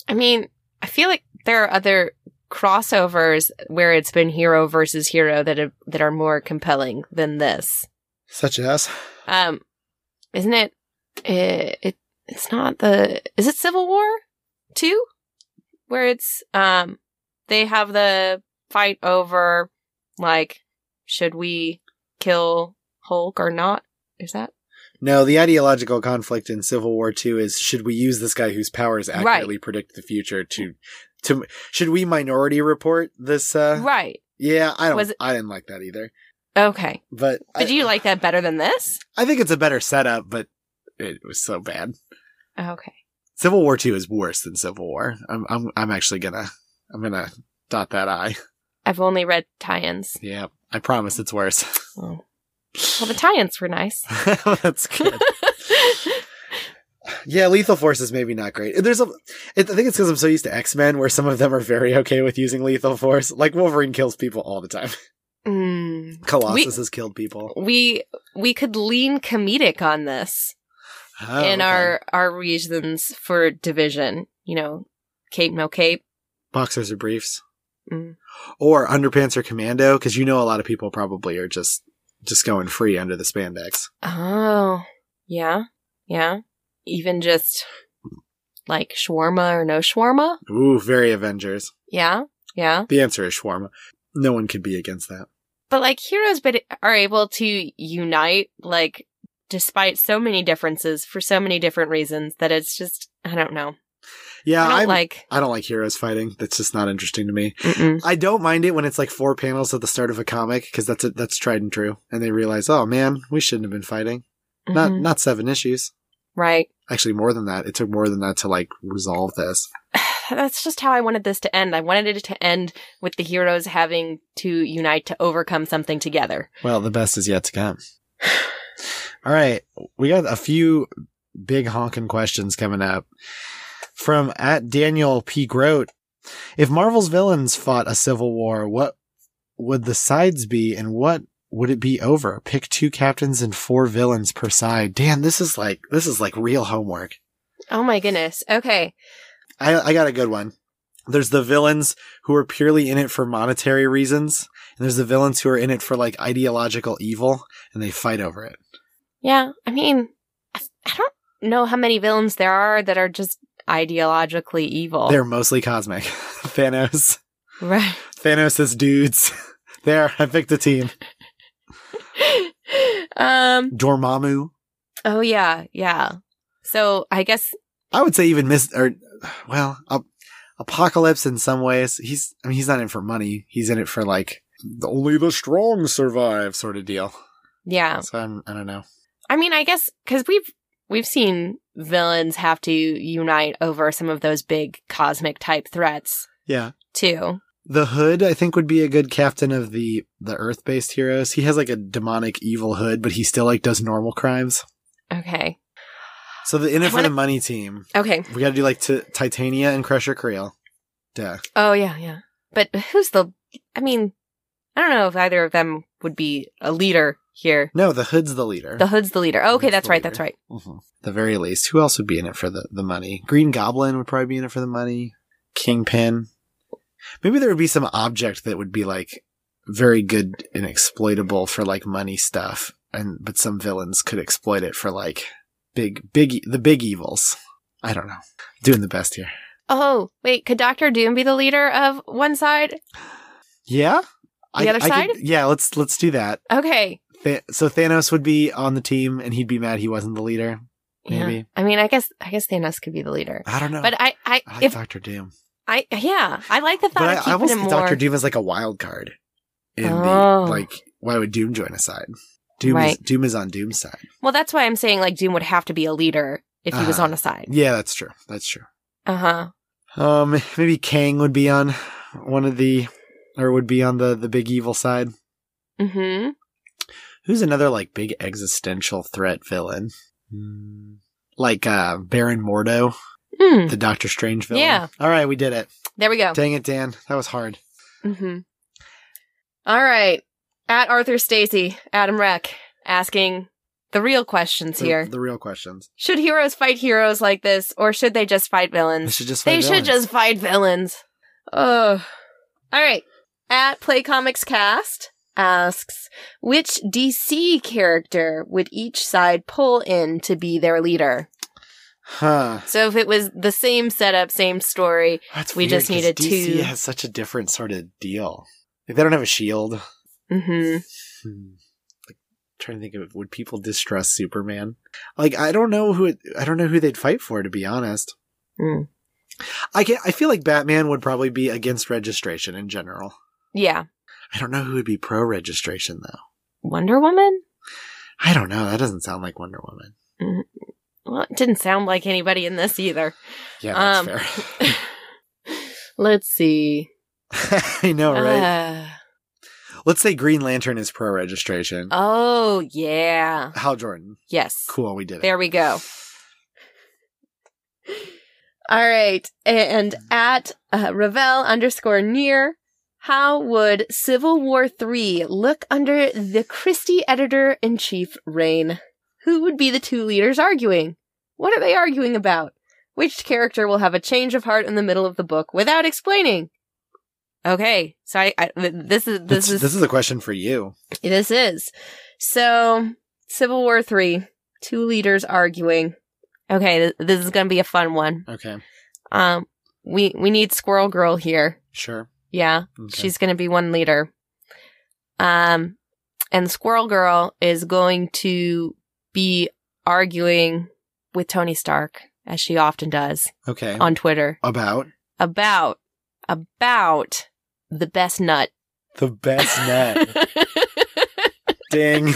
Speaker 2: I mean, I feel like there are other crossovers where it's been hero versus hero that are, that are more compelling than this.
Speaker 1: Such as
Speaker 2: Um, isn't it? It, it it's not the. Is it Civil War two, where it's um they have the fight over like should we kill Hulk or not? Is that
Speaker 1: no, the ideological conflict in Civil War Two is: should we use this guy whose powers
Speaker 2: Right.
Speaker 1: accurately predict the future to to should we Minority Report this? uh
Speaker 2: right?
Speaker 1: Yeah, I don't.
Speaker 2: Was it-
Speaker 1: I didn't like that either.
Speaker 2: Okay,
Speaker 1: But
Speaker 2: but
Speaker 1: I,
Speaker 2: do you like that better than this?
Speaker 1: I think it's a better setup, but it was so bad.
Speaker 2: Okay,
Speaker 1: Civil War Two is worse than Civil War. I'm I'm I'm actually gonna I'm gonna dot that I.
Speaker 2: I've only read tie-ins.
Speaker 1: Yeah, I promise it's worse.
Speaker 2: Oh. Well, the tie-ins were nice.
Speaker 1: That's good. yeah, Lethal Force is maybe not great. There's a it, I think it's because I'm so used to X Men, where some of them are very okay with using Lethal Force. Like Wolverine kills people all the time.
Speaker 2: Mm.
Speaker 1: Colossus has killed
Speaker 2: Oh,
Speaker 1: people.
Speaker 2: We we could lean comedic on this.
Speaker 1: Oh,
Speaker 2: in
Speaker 1: okay.
Speaker 2: our our reasons for division. You know, cape no cape.
Speaker 1: boxers or briefs
Speaker 2: Mm.
Speaker 1: or underpants or commando, because you know a lot of people probably are just just going free under the spandex.
Speaker 2: Oh, yeah, yeah. Even just like shawarma or no shawarma.
Speaker 1: Ooh, very Avengers.
Speaker 2: Yeah, yeah.
Speaker 1: The answer is shawarma. No one could be against that.
Speaker 2: But like heroes, but are able to unite like despite so many differences for so many different reasons that it's just I don't know.
Speaker 1: Yeah,
Speaker 2: I don't
Speaker 1: I'm-
Speaker 2: like.
Speaker 1: I don't like heroes fighting. That's just not interesting to me.
Speaker 2: Mm-mm.
Speaker 1: I don't mind it when it's like four panels at the start of a comic because that's that's tried and true. And they realize, oh man, we shouldn't have been fighting. Not
Speaker 2: Mhm.
Speaker 1: not seven issues.
Speaker 2: right.
Speaker 1: Actually, more than that. It took more than that to like resolve this.
Speaker 2: that's just how I wanted this to end. I wanted it to end with the heroes having to unite to overcome something together.
Speaker 1: Well, the best is yet to come. All right, we got a few big honking questions coming up from at Daniel P. Grote. If Marvel's villains fought a civil war, what would the sides be, and what would it be over? Pick two captains and four villains per side. Dan, this is like this is like real homework.
Speaker 2: Oh my goodness. Okay.
Speaker 1: I, I got a good one. There's the villains who are purely in it for monetary reasons, and there's the villains who are in it for like ideological evil, and they fight over it.
Speaker 2: Yeah, I mean, I I don't know how many villains there are that are just ideologically evil.
Speaker 1: They're mostly cosmic. Thanos.
Speaker 2: right.
Speaker 1: Thanos is dudes. there, I picked a team.
Speaker 2: um.
Speaker 1: Dormammu.
Speaker 2: Oh yeah, yeah. So I guess
Speaker 1: I would say even Miss or well, Ap- Apocalypse in some ways. He's I mean he's not in for money. He's in it for like the- only the strong survive sort of deal.
Speaker 2: yeah.
Speaker 1: So I'm, I don't know.
Speaker 2: I mean, I guess because we've we've seen villains have to unite over some of those big cosmic type threats
Speaker 1: Yeah.
Speaker 2: too.
Speaker 1: The Hood, I think, would be a good captain of the the Earth based heroes. He has like a demonic evil hood, but he still like does normal crimes.
Speaker 2: Okay.
Speaker 1: So the in it
Speaker 2: I
Speaker 1: for
Speaker 2: wanna-
Speaker 1: the money team,
Speaker 2: Okay.
Speaker 1: we got to do like t- Titania and Crusher Creel. Duh.
Speaker 2: Oh yeah, yeah. But who's the? I mean, I don't know if either of them would be a leader here.
Speaker 1: No, the Hood's the leader.
Speaker 2: The Hood's the leader. Oh, okay,
Speaker 1: Hood's
Speaker 2: that's
Speaker 1: the
Speaker 2: right. That's
Speaker 1: leader.
Speaker 2: right.
Speaker 1: Mhm. The very least. Who else would be in it for the, the money? Green Goblin would probably be in it for the money. Kingpin. Maybe there would be some object that would be like very good and exploitable for like money stuff, and but some villains could exploit it for like big big e- the big evils. I don't know. Doing the best here.
Speaker 2: Oh wait, could Doctor Doom be the leader of one side?
Speaker 1: Yeah.
Speaker 2: The other side?
Speaker 1: could- yeah, let's let's do that.
Speaker 2: Okay.
Speaker 1: Th- so Thanos would be on the team, and he'd be mad he wasn't the leader. Maybe
Speaker 2: Yeah. I mean, I guess I guess Thanos could be the leader.
Speaker 1: I don't know.
Speaker 2: But I, I,
Speaker 1: I like
Speaker 2: if
Speaker 1: Doctor Doom.
Speaker 2: I, yeah, I like the thought
Speaker 1: But
Speaker 2: of
Speaker 1: I, I
Speaker 2: keeping
Speaker 1: almost
Speaker 2: him
Speaker 1: see
Speaker 2: more.
Speaker 1: Doctor Doom as like a wild card. In
Speaker 2: Oh.
Speaker 1: the like, why would Doom join a side? Doom is,
Speaker 2: Right.
Speaker 1: Doom is on Doom's side.
Speaker 2: Well, that's why I'm saying like Doom would have to be a leader if he was
Speaker 1: Uh-huh.
Speaker 2: on a side.
Speaker 1: Yeah, that's true. That's true.
Speaker 2: Uh huh.
Speaker 1: Um, maybe Kang would be on one of the, or would be on the the big evil side.
Speaker 2: Mm-hmm.
Speaker 1: Who's another like big existential threat villain? Hmm. Like uh Baron Mordo,
Speaker 2: Mm.
Speaker 1: the Doctor Strange villain.
Speaker 2: Yeah. Oh.
Speaker 1: All right, we did it.
Speaker 2: There we go.
Speaker 1: Dang it, Dan, that was hard.
Speaker 2: Mm-hmm. All right. At Arthur Stacy, Adam Reck asking the real questions
Speaker 1: The-
Speaker 2: here:
Speaker 1: the real questions.
Speaker 2: Should heroes fight heroes like this, or should they just fight
Speaker 1: They
Speaker 2: villains?
Speaker 1: should just.
Speaker 2: They
Speaker 1: fight
Speaker 2: should
Speaker 1: villains.
Speaker 2: just fight villains. Oh. All right. At Play Comics Cast asks, which DC character would each side pull in to be their leader?
Speaker 1: Huh.
Speaker 2: So if it was the same setup, same story,
Speaker 1: Oh, That's
Speaker 2: We
Speaker 1: weird,
Speaker 2: just
Speaker 1: 'cause
Speaker 2: needed
Speaker 1: DC
Speaker 2: two-
Speaker 1: has such a different sort of deal. Like, they don't have a shield.
Speaker 2: hmm
Speaker 1: Hmm. Like, trying to think of it, would people distrust Superman? Like I don't know who it, I don't know who they'd fight for to be honest. Hmm.
Speaker 2: Mm.
Speaker 1: I can I feel like Batman would probably be against registration in general.
Speaker 2: yeah,
Speaker 1: I don't know who would be pro registration though.
Speaker 2: Wonder Woman.
Speaker 1: I don't know. That doesn't sound like Wonder Woman.
Speaker 2: Well, it didn't sound like anybody in this either.
Speaker 1: Yeah, that's
Speaker 2: Um,
Speaker 1: fair.
Speaker 2: Let's see.
Speaker 1: I know, right?
Speaker 2: Uh,
Speaker 1: Let's say Green Lantern is pro registration.
Speaker 2: oh yeah,
Speaker 1: Hal Jordan.
Speaker 2: yes.
Speaker 1: Cool, we did it.
Speaker 2: There we go. All right. And at uh, Ravel underscore near, how would Civil War three look under the Christie editor in chief reign? Who would be the two leaders arguing? What are they arguing about? Which character will have a change of heart in the middle of the book without explaining? Okay, so I, I th- this is
Speaker 1: This is this is a question for you.
Speaker 2: this is. So, Civil War 3, two leaders arguing. Okay, th- this is going to be a fun one.
Speaker 1: Okay,
Speaker 2: Um we we need Squirrel Girl here.
Speaker 1: sure.
Speaker 2: Yeah,
Speaker 1: Okay.
Speaker 2: she's going to be one leader. Um and Squirrel Girl is going to be arguing with Tony Stark as she often does
Speaker 1: okay.
Speaker 2: on Twitter
Speaker 1: About
Speaker 2: about about the best nut.
Speaker 1: the best net. Ding.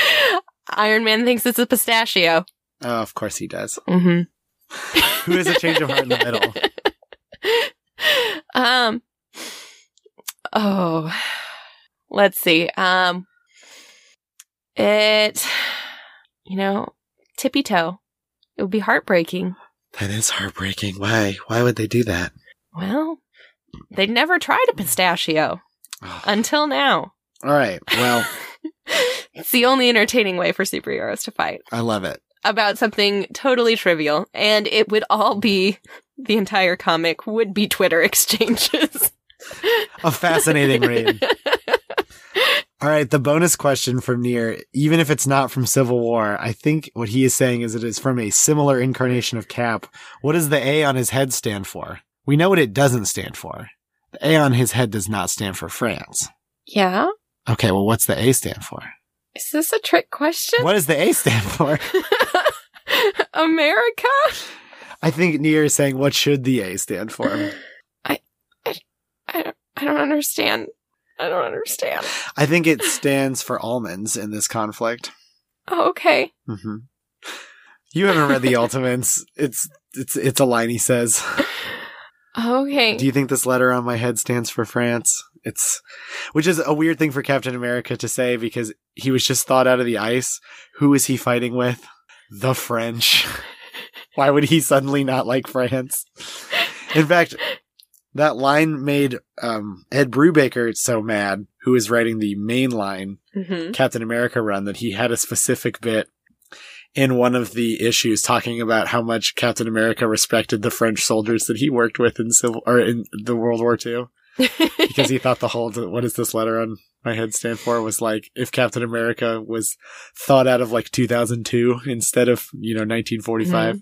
Speaker 2: Iron Man thinks it's a pistachio.
Speaker 1: Oh, of course he does.
Speaker 2: Mm-hmm.
Speaker 1: Who has a change of heart in the middle?
Speaker 2: Um. Oh, let's see. Um, it, you know, tippy toe. It would be heartbreaking.
Speaker 1: That is heartbreaking. Why? Why would they do that?
Speaker 2: Well, they never tried a pistachio Uh,
Speaker 1: Oh.
Speaker 2: until now.
Speaker 1: All right. Well,
Speaker 2: it's the only entertaining way for superheroes to fight.
Speaker 1: I love it.
Speaker 2: about something totally trivial, and it would all be the entire comic would be Twitter exchanges.
Speaker 1: A fascinating read. All right, the bonus question from Near, even if it's not from Civil War, I think what he is saying is it is from a similar incarnation of Cap. What does the A on his head stand for? We know what it doesn't stand for. The A on his head does not stand for France.
Speaker 2: Yeah?
Speaker 1: Okay, well, what's the A stand for?
Speaker 2: Is this a trick question?
Speaker 1: What does the A stand for?
Speaker 2: America?
Speaker 1: I think Nier is saying, what should the A stand for?
Speaker 2: I don't, I don't understand. I don't understand.
Speaker 1: I think it stands for almonds in this conflict.
Speaker 2: Oh, okay.
Speaker 1: hmm You haven't read the Ultimates. It's it's it's a line he says.
Speaker 2: Okay.
Speaker 1: Do you think this letter on my head stands for France? It's which is a weird thing for Captain America to say because he was just thawed out of the ice. Who is he fighting with? The French. Why would he suddenly not like France? In fact, that line made um, Ed Brubaker so mad, who is writing the main line
Speaker 2: mm-hmm.
Speaker 1: Captain America run that he had a specific bit in one of the issues talking about how much Captain America respected the French soldiers that he worked with in civil or in the World War II because he thought the whole what does this letter on my head stand for was like if Captain America was thought out of like 2002 instead of you know 1945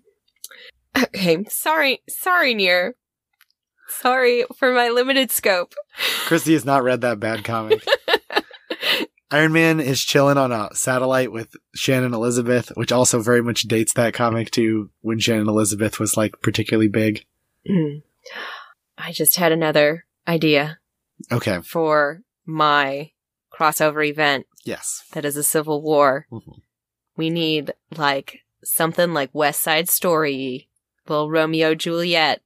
Speaker 2: Mm-hmm. okay. Sorry. Sorry, Nier. Sorry for my limited scope.
Speaker 1: Christy has not read that bad comic Iron Man is chilling on a satellite with Shannon Elizabeth, which also very much dates that comic to when Shannon Elizabeth was like particularly big.
Speaker 2: Mm. I just had another idea
Speaker 1: Okay.
Speaker 2: for my crossover event
Speaker 1: Yes.
Speaker 2: that is a civil war.
Speaker 1: Mhm.
Speaker 2: We need like something like West Side Story, little Romeo Juliet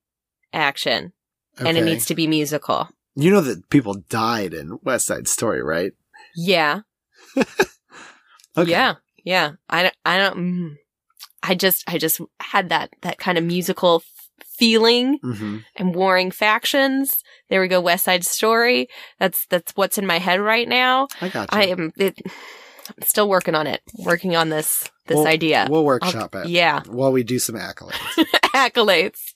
Speaker 2: action, and it
Speaker 1: Okay.
Speaker 2: needs to be musical.
Speaker 1: You know that people died in West Side Story, right?
Speaker 2: Yeah, yeah, yeah. I don't, I don't. Mm, I just, I just had that that kind of musical f- feeling
Speaker 1: hmm
Speaker 2: and warring factions. There we go, West Side Story. That's that's what's in my head right now.
Speaker 1: I got you.
Speaker 2: I am it, I'm still working on it, working on this this
Speaker 1: Well,
Speaker 2: idea.
Speaker 1: We'll
Speaker 2: I'll-
Speaker 1: workshop it
Speaker 2: Yeah,
Speaker 1: while we do some accolades.
Speaker 2: accolades.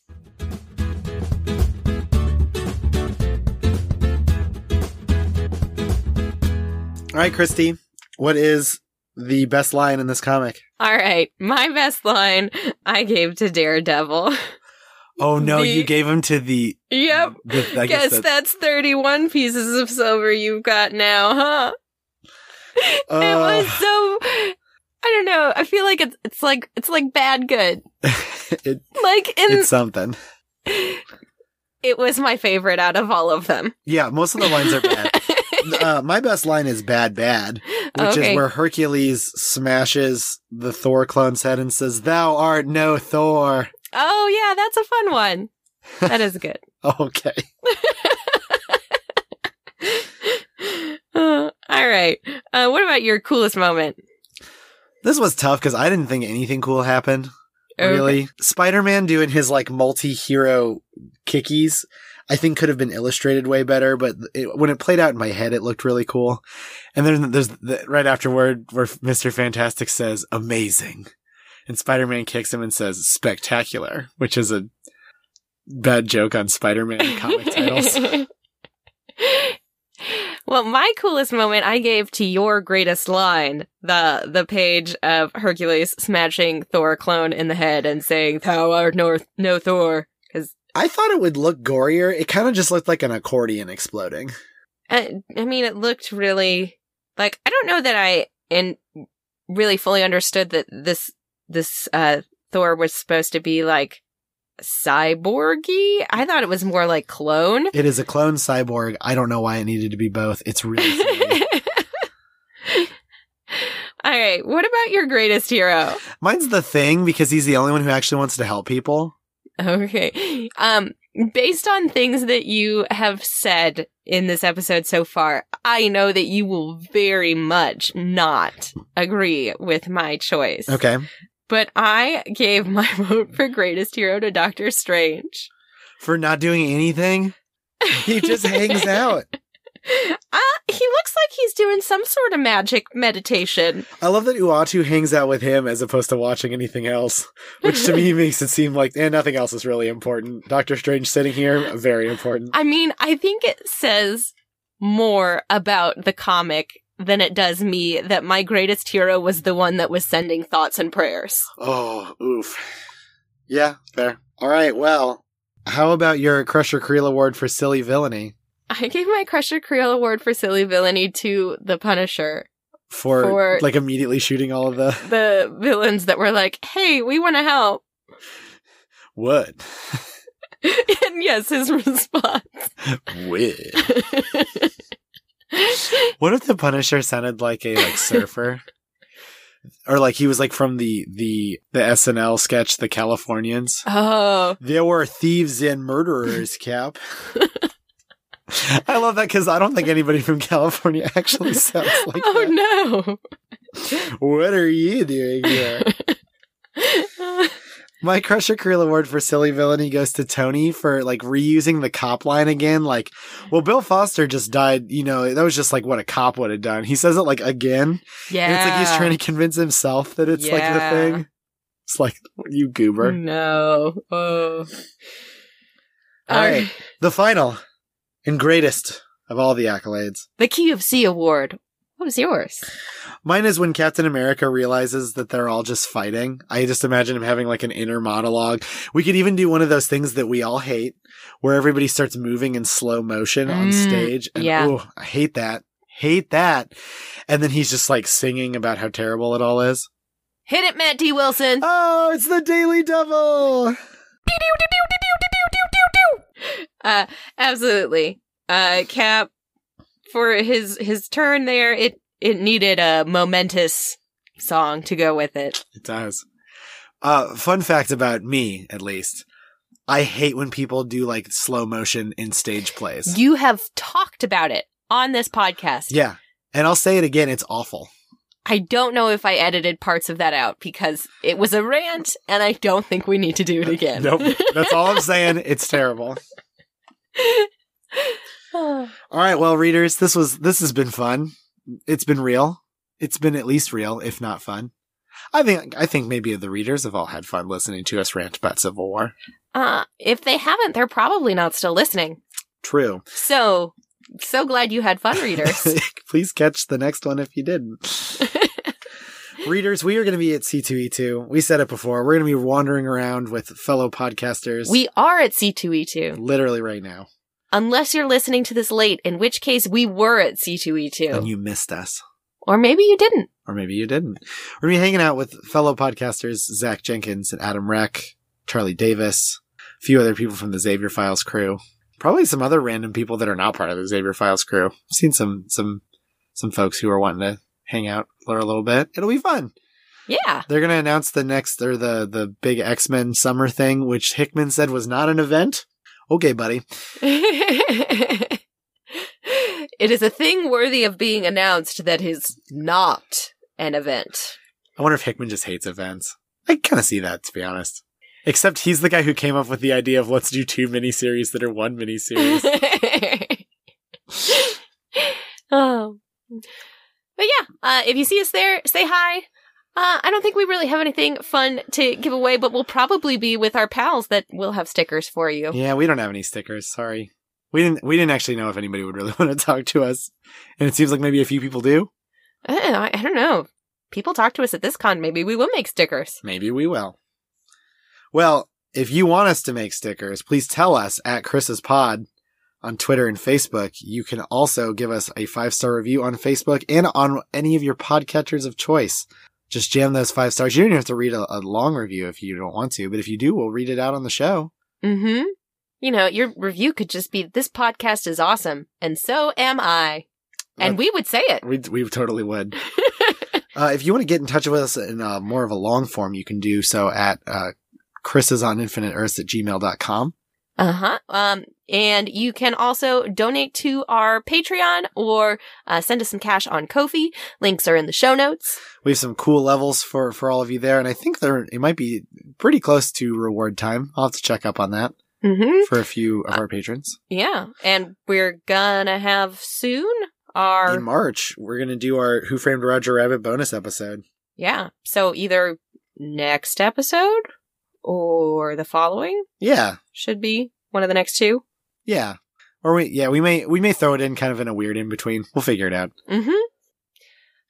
Speaker 1: All right, Christy, what is the best line in this comic?
Speaker 2: All right, my best line I gave to Daredevil.
Speaker 1: Oh
Speaker 2: no, The- you
Speaker 1: gave him to the.
Speaker 2: yep. guess, that's 31 pieces of silver you've got now, huh? it was so I don't know. I feel like it's it's like it's like bad good.
Speaker 1: it,
Speaker 2: Like in
Speaker 1: it's something.
Speaker 2: it was my favorite out of all of them.
Speaker 1: Yeah, most of the lines are bad. uh, my best line is bad, bad. which
Speaker 2: okay.
Speaker 1: is where Hercules smashes the Thor clone's head and says, "Thou art no Thor."
Speaker 2: oh yeah, that's a fun one. That is good.
Speaker 1: Okay,
Speaker 2: Uh, all right. Uh, what about your coolest moment?
Speaker 1: this was tough because I didn't think anything cool happened.
Speaker 2: Okay.
Speaker 1: Really, Spider-Man doing his like multi-hero kickies, I think could have been illustrated way better. But it, when it played out in my head, it looked really cool. And then there's the, right afterward where Mister Fantastic says, "Amazing," and Spider-Man kicks him and says, "Spectacular," which is a bad joke on Spider-Man comic titles.
Speaker 2: well, my coolest moment I gave to your greatest line, the the page of Hercules smashing Thor clone in the head and saying, Thou art no, no Thor.
Speaker 1: I thought it would look gorier. It kind of just looked like an accordion exploding.
Speaker 2: I, I mean, it looked really like I don't know that I and really fully understood that this this uh Thor was supposed to be like cyborgy. I thought it was more like clone.
Speaker 1: It is a clone cyborg. I don't know why it needed to be both. It's really silly.
Speaker 2: All right. What about your greatest hero?
Speaker 1: Mine's the thing because he's the only one who actually wants to help people.
Speaker 2: Okay. Um, based on things that you have said in this episode so far, I know that you will very much not agree with my choice.
Speaker 1: Okay.
Speaker 2: But I gave my vote for greatest hero to Doctor Strange.
Speaker 1: For not doing anything, he just hangs out.
Speaker 2: Uh, he looks like he's doing some sort of magic meditation.
Speaker 1: I love that Uatu hangs out with him as opposed to watching anything else, which to me makes it seem like, and nothing else is really important. Doctor Strange sitting here, very important.
Speaker 2: I mean, I think it says more about the comic than it does me that my greatest hero was the one that was sending thoughts and prayers.
Speaker 1: Oh, oof. Yeah, fair. All right, well, how about your Crusher Creel Award for silly villainy
Speaker 2: I gave my Crusher Creel award for silly villainy to the Punisher.
Speaker 1: for,
Speaker 2: For-
Speaker 1: like immediately shooting all of the
Speaker 2: The villains that were like, "Hey, we want to help."
Speaker 1: wood?
Speaker 2: and yes, his response.
Speaker 1: Wood. What if the Punisher sounded like a like surfer? or like he was like from the the the SNL sketch The Californians.
Speaker 2: oh,
Speaker 1: There were thieves and murderers, Cap. I love that because I don't think anybody from California actually sounds like
Speaker 2: oh
Speaker 1: that.
Speaker 2: no.
Speaker 1: What are you doing here? My Crusher Creel Award for silly villainy goes to Tony for like reusing the cop line again. Like, well, Bill Foster just died. You know, that was just like what a cop would have done. He says it like again.
Speaker 2: yeah.
Speaker 1: And it's like he's trying to convince himself that it's like the
Speaker 2: Yeah. Mm.
Speaker 1: thing. It's like you goober.
Speaker 2: No. Oh.
Speaker 1: All right. The final and greatest of all the accolades.
Speaker 2: The QFC award. What was yours?
Speaker 1: Mine is when Captain America realizes that they're all just fighting. I just imagine him having like an inner monologue. We could even do one of those things that we all hate where everybody starts moving in slow motion on
Speaker 2: Mm,
Speaker 1: stage. And
Speaker 2: yeah.
Speaker 1: oh, I hate that. Hate that. And then he's just like singing about how terrible it all is.
Speaker 2: Hit it, Matt D. Wilson.
Speaker 1: Oh, it's the Daily Devil.
Speaker 2: Uh, absolutely. Uh, Cap for his his turn there. It it needed a momentous song to go with it.
Speaker 1: It does. Uh, fun fact about me, at least. I hate when people do like slow motion in stage plays.
Speaker 2: You have talked about it on this podcast.
Speaker 1: yeah. And I'll say it again. It's awful.
Speaker 2: I don't know if I edited parts of that out because it was a rant, and I don't think we need to do it again.
Speaker 1: Nope. That's all I'm saying. It's terrible. All right. Well, readers, this was, this has been fun. It's been real. It's been at least real, if not fun. I think, I think maybe the readers have all had fun listening to us rant about Civil War.
Speaker 2: uh, if they haven't, they're probably not still listening.
Speaker 1: True.
Speaker 2: So, so glad you had fun, readers.
Speaker 1: Please catch the next one if you didn't. Readers, we are going to be at C2E2. We said it before. We're going to be wandering around with fellow podcasters
Speaker 2: we are at C2E2,
Speaker 1: literally right now.
Speaker 2: unless you're listening to this late, in which case we were at
Speaker 1: And
Speaker 2: C2E2.
Speaker 1: you missed us.
Speaker 2: or maybe you didn't.
Speaker 1: Or maybe you didn't. We're going to be hanging out with fellow podcasters Zach Jenkins and Adam Reck, Charlie Davis, a few other people from the Xavier Files crew. Probably some other random people that are not part of the Xavier Files crew. I've seen some some some folks who are wanting to hang out for a little bit. It'll be fun.
Speaker 2: Yeah.
Speaker 1: They're gonna announce the next or the the big X Men summer thing, which Hickman said was not an event. Okay, buddy.
Speaker 2: it is a thing worthy of being announced that is not an event.
Speaker 1: I wonder if Hickman just hates events. I kind of see that, to be honest. Except he's the guy who came up with the idea of let's do two miniseries that are one miniseries.
Speaker 2: oh. But yeah, uh, if you see us there, say hi. Uh, I don't think we really have anything fun to give away, but we'll probably be with our pals that will have stickers for you.
Speaker 1: yeah, we don't have any stickers. Sorry, we didn't. We didn't actually know if anybody would really want to talk to us, and it seems like maybe a few people do.
Speaker 2: Uh, I, I don't know. People talk to us at this con. Maybe we will make stickers.
Speaker 1: Maybe we will. Well, if you want us to make stickers, please tell us at Chris's Pod on Twitter and Facebook. You can also give us a five star review on Facebook and on any of your podcatchers of choice. Just jam those five stars. You don't even have to read a, a long review if you don't want to, but if you do, we'll read it out on the show.
Speaker 2: Mm-hmm. You know, your review could just be, this podcast is awesome, and so am I. And we would say it.
Speaker 1: We, we totally would. uh, if you want to get in touch with us in uh, more of a long form, you can do so at uh, Chris's on Infinite Earths at gmail.com.
Speaker 2: Uh-huh. Um, and you can also donate to our Patreon or uh, send us some cash on Kofi. Links are in the show notes.
Speaker 1: We have some cool levels for for all of you there, and I think there it might be pretty close to reward time. I'll have to check up on that
Speaker 2: Mm-hmm.
Speaker 1: for a few of our patrons.
Speaker 2: Yeah. And we're gonna have soon
Speaker 1: In
Speaker 2: our,
Speaker 1: March, we're gonna do our Who Framed Roger Rabbit bonus episode.
Speaker 2: yeah. So either next episode or the following
Speaker 1: Yeah,
Speaker 2: should be one of the next two.
Speaker 1: yeah, or we yeah we may we may throw it in kind of in a weird in between. We'll figure it out.
Speaker 2: Mm-hmm.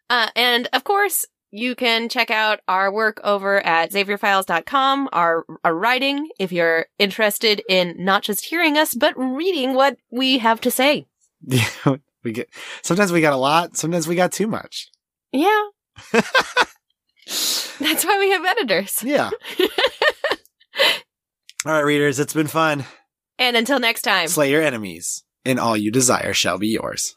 Speaker 2: Uh, and of course, you can check out our work over at xavierfiles.com, our, our writing, if you're interested in not just hearing us, but reading what we have to say.
Speaker 1: Yeah, we get sometimes we got a lot, sometimes we got too much.
Speaker 2: Yeah. That's why we have editors.
Speaker 1: Yeah. all right, readers, it's been fun.
Speaker 2: And until next time.
Speaker 1: Slay your enemies, and all you desire shall be yours.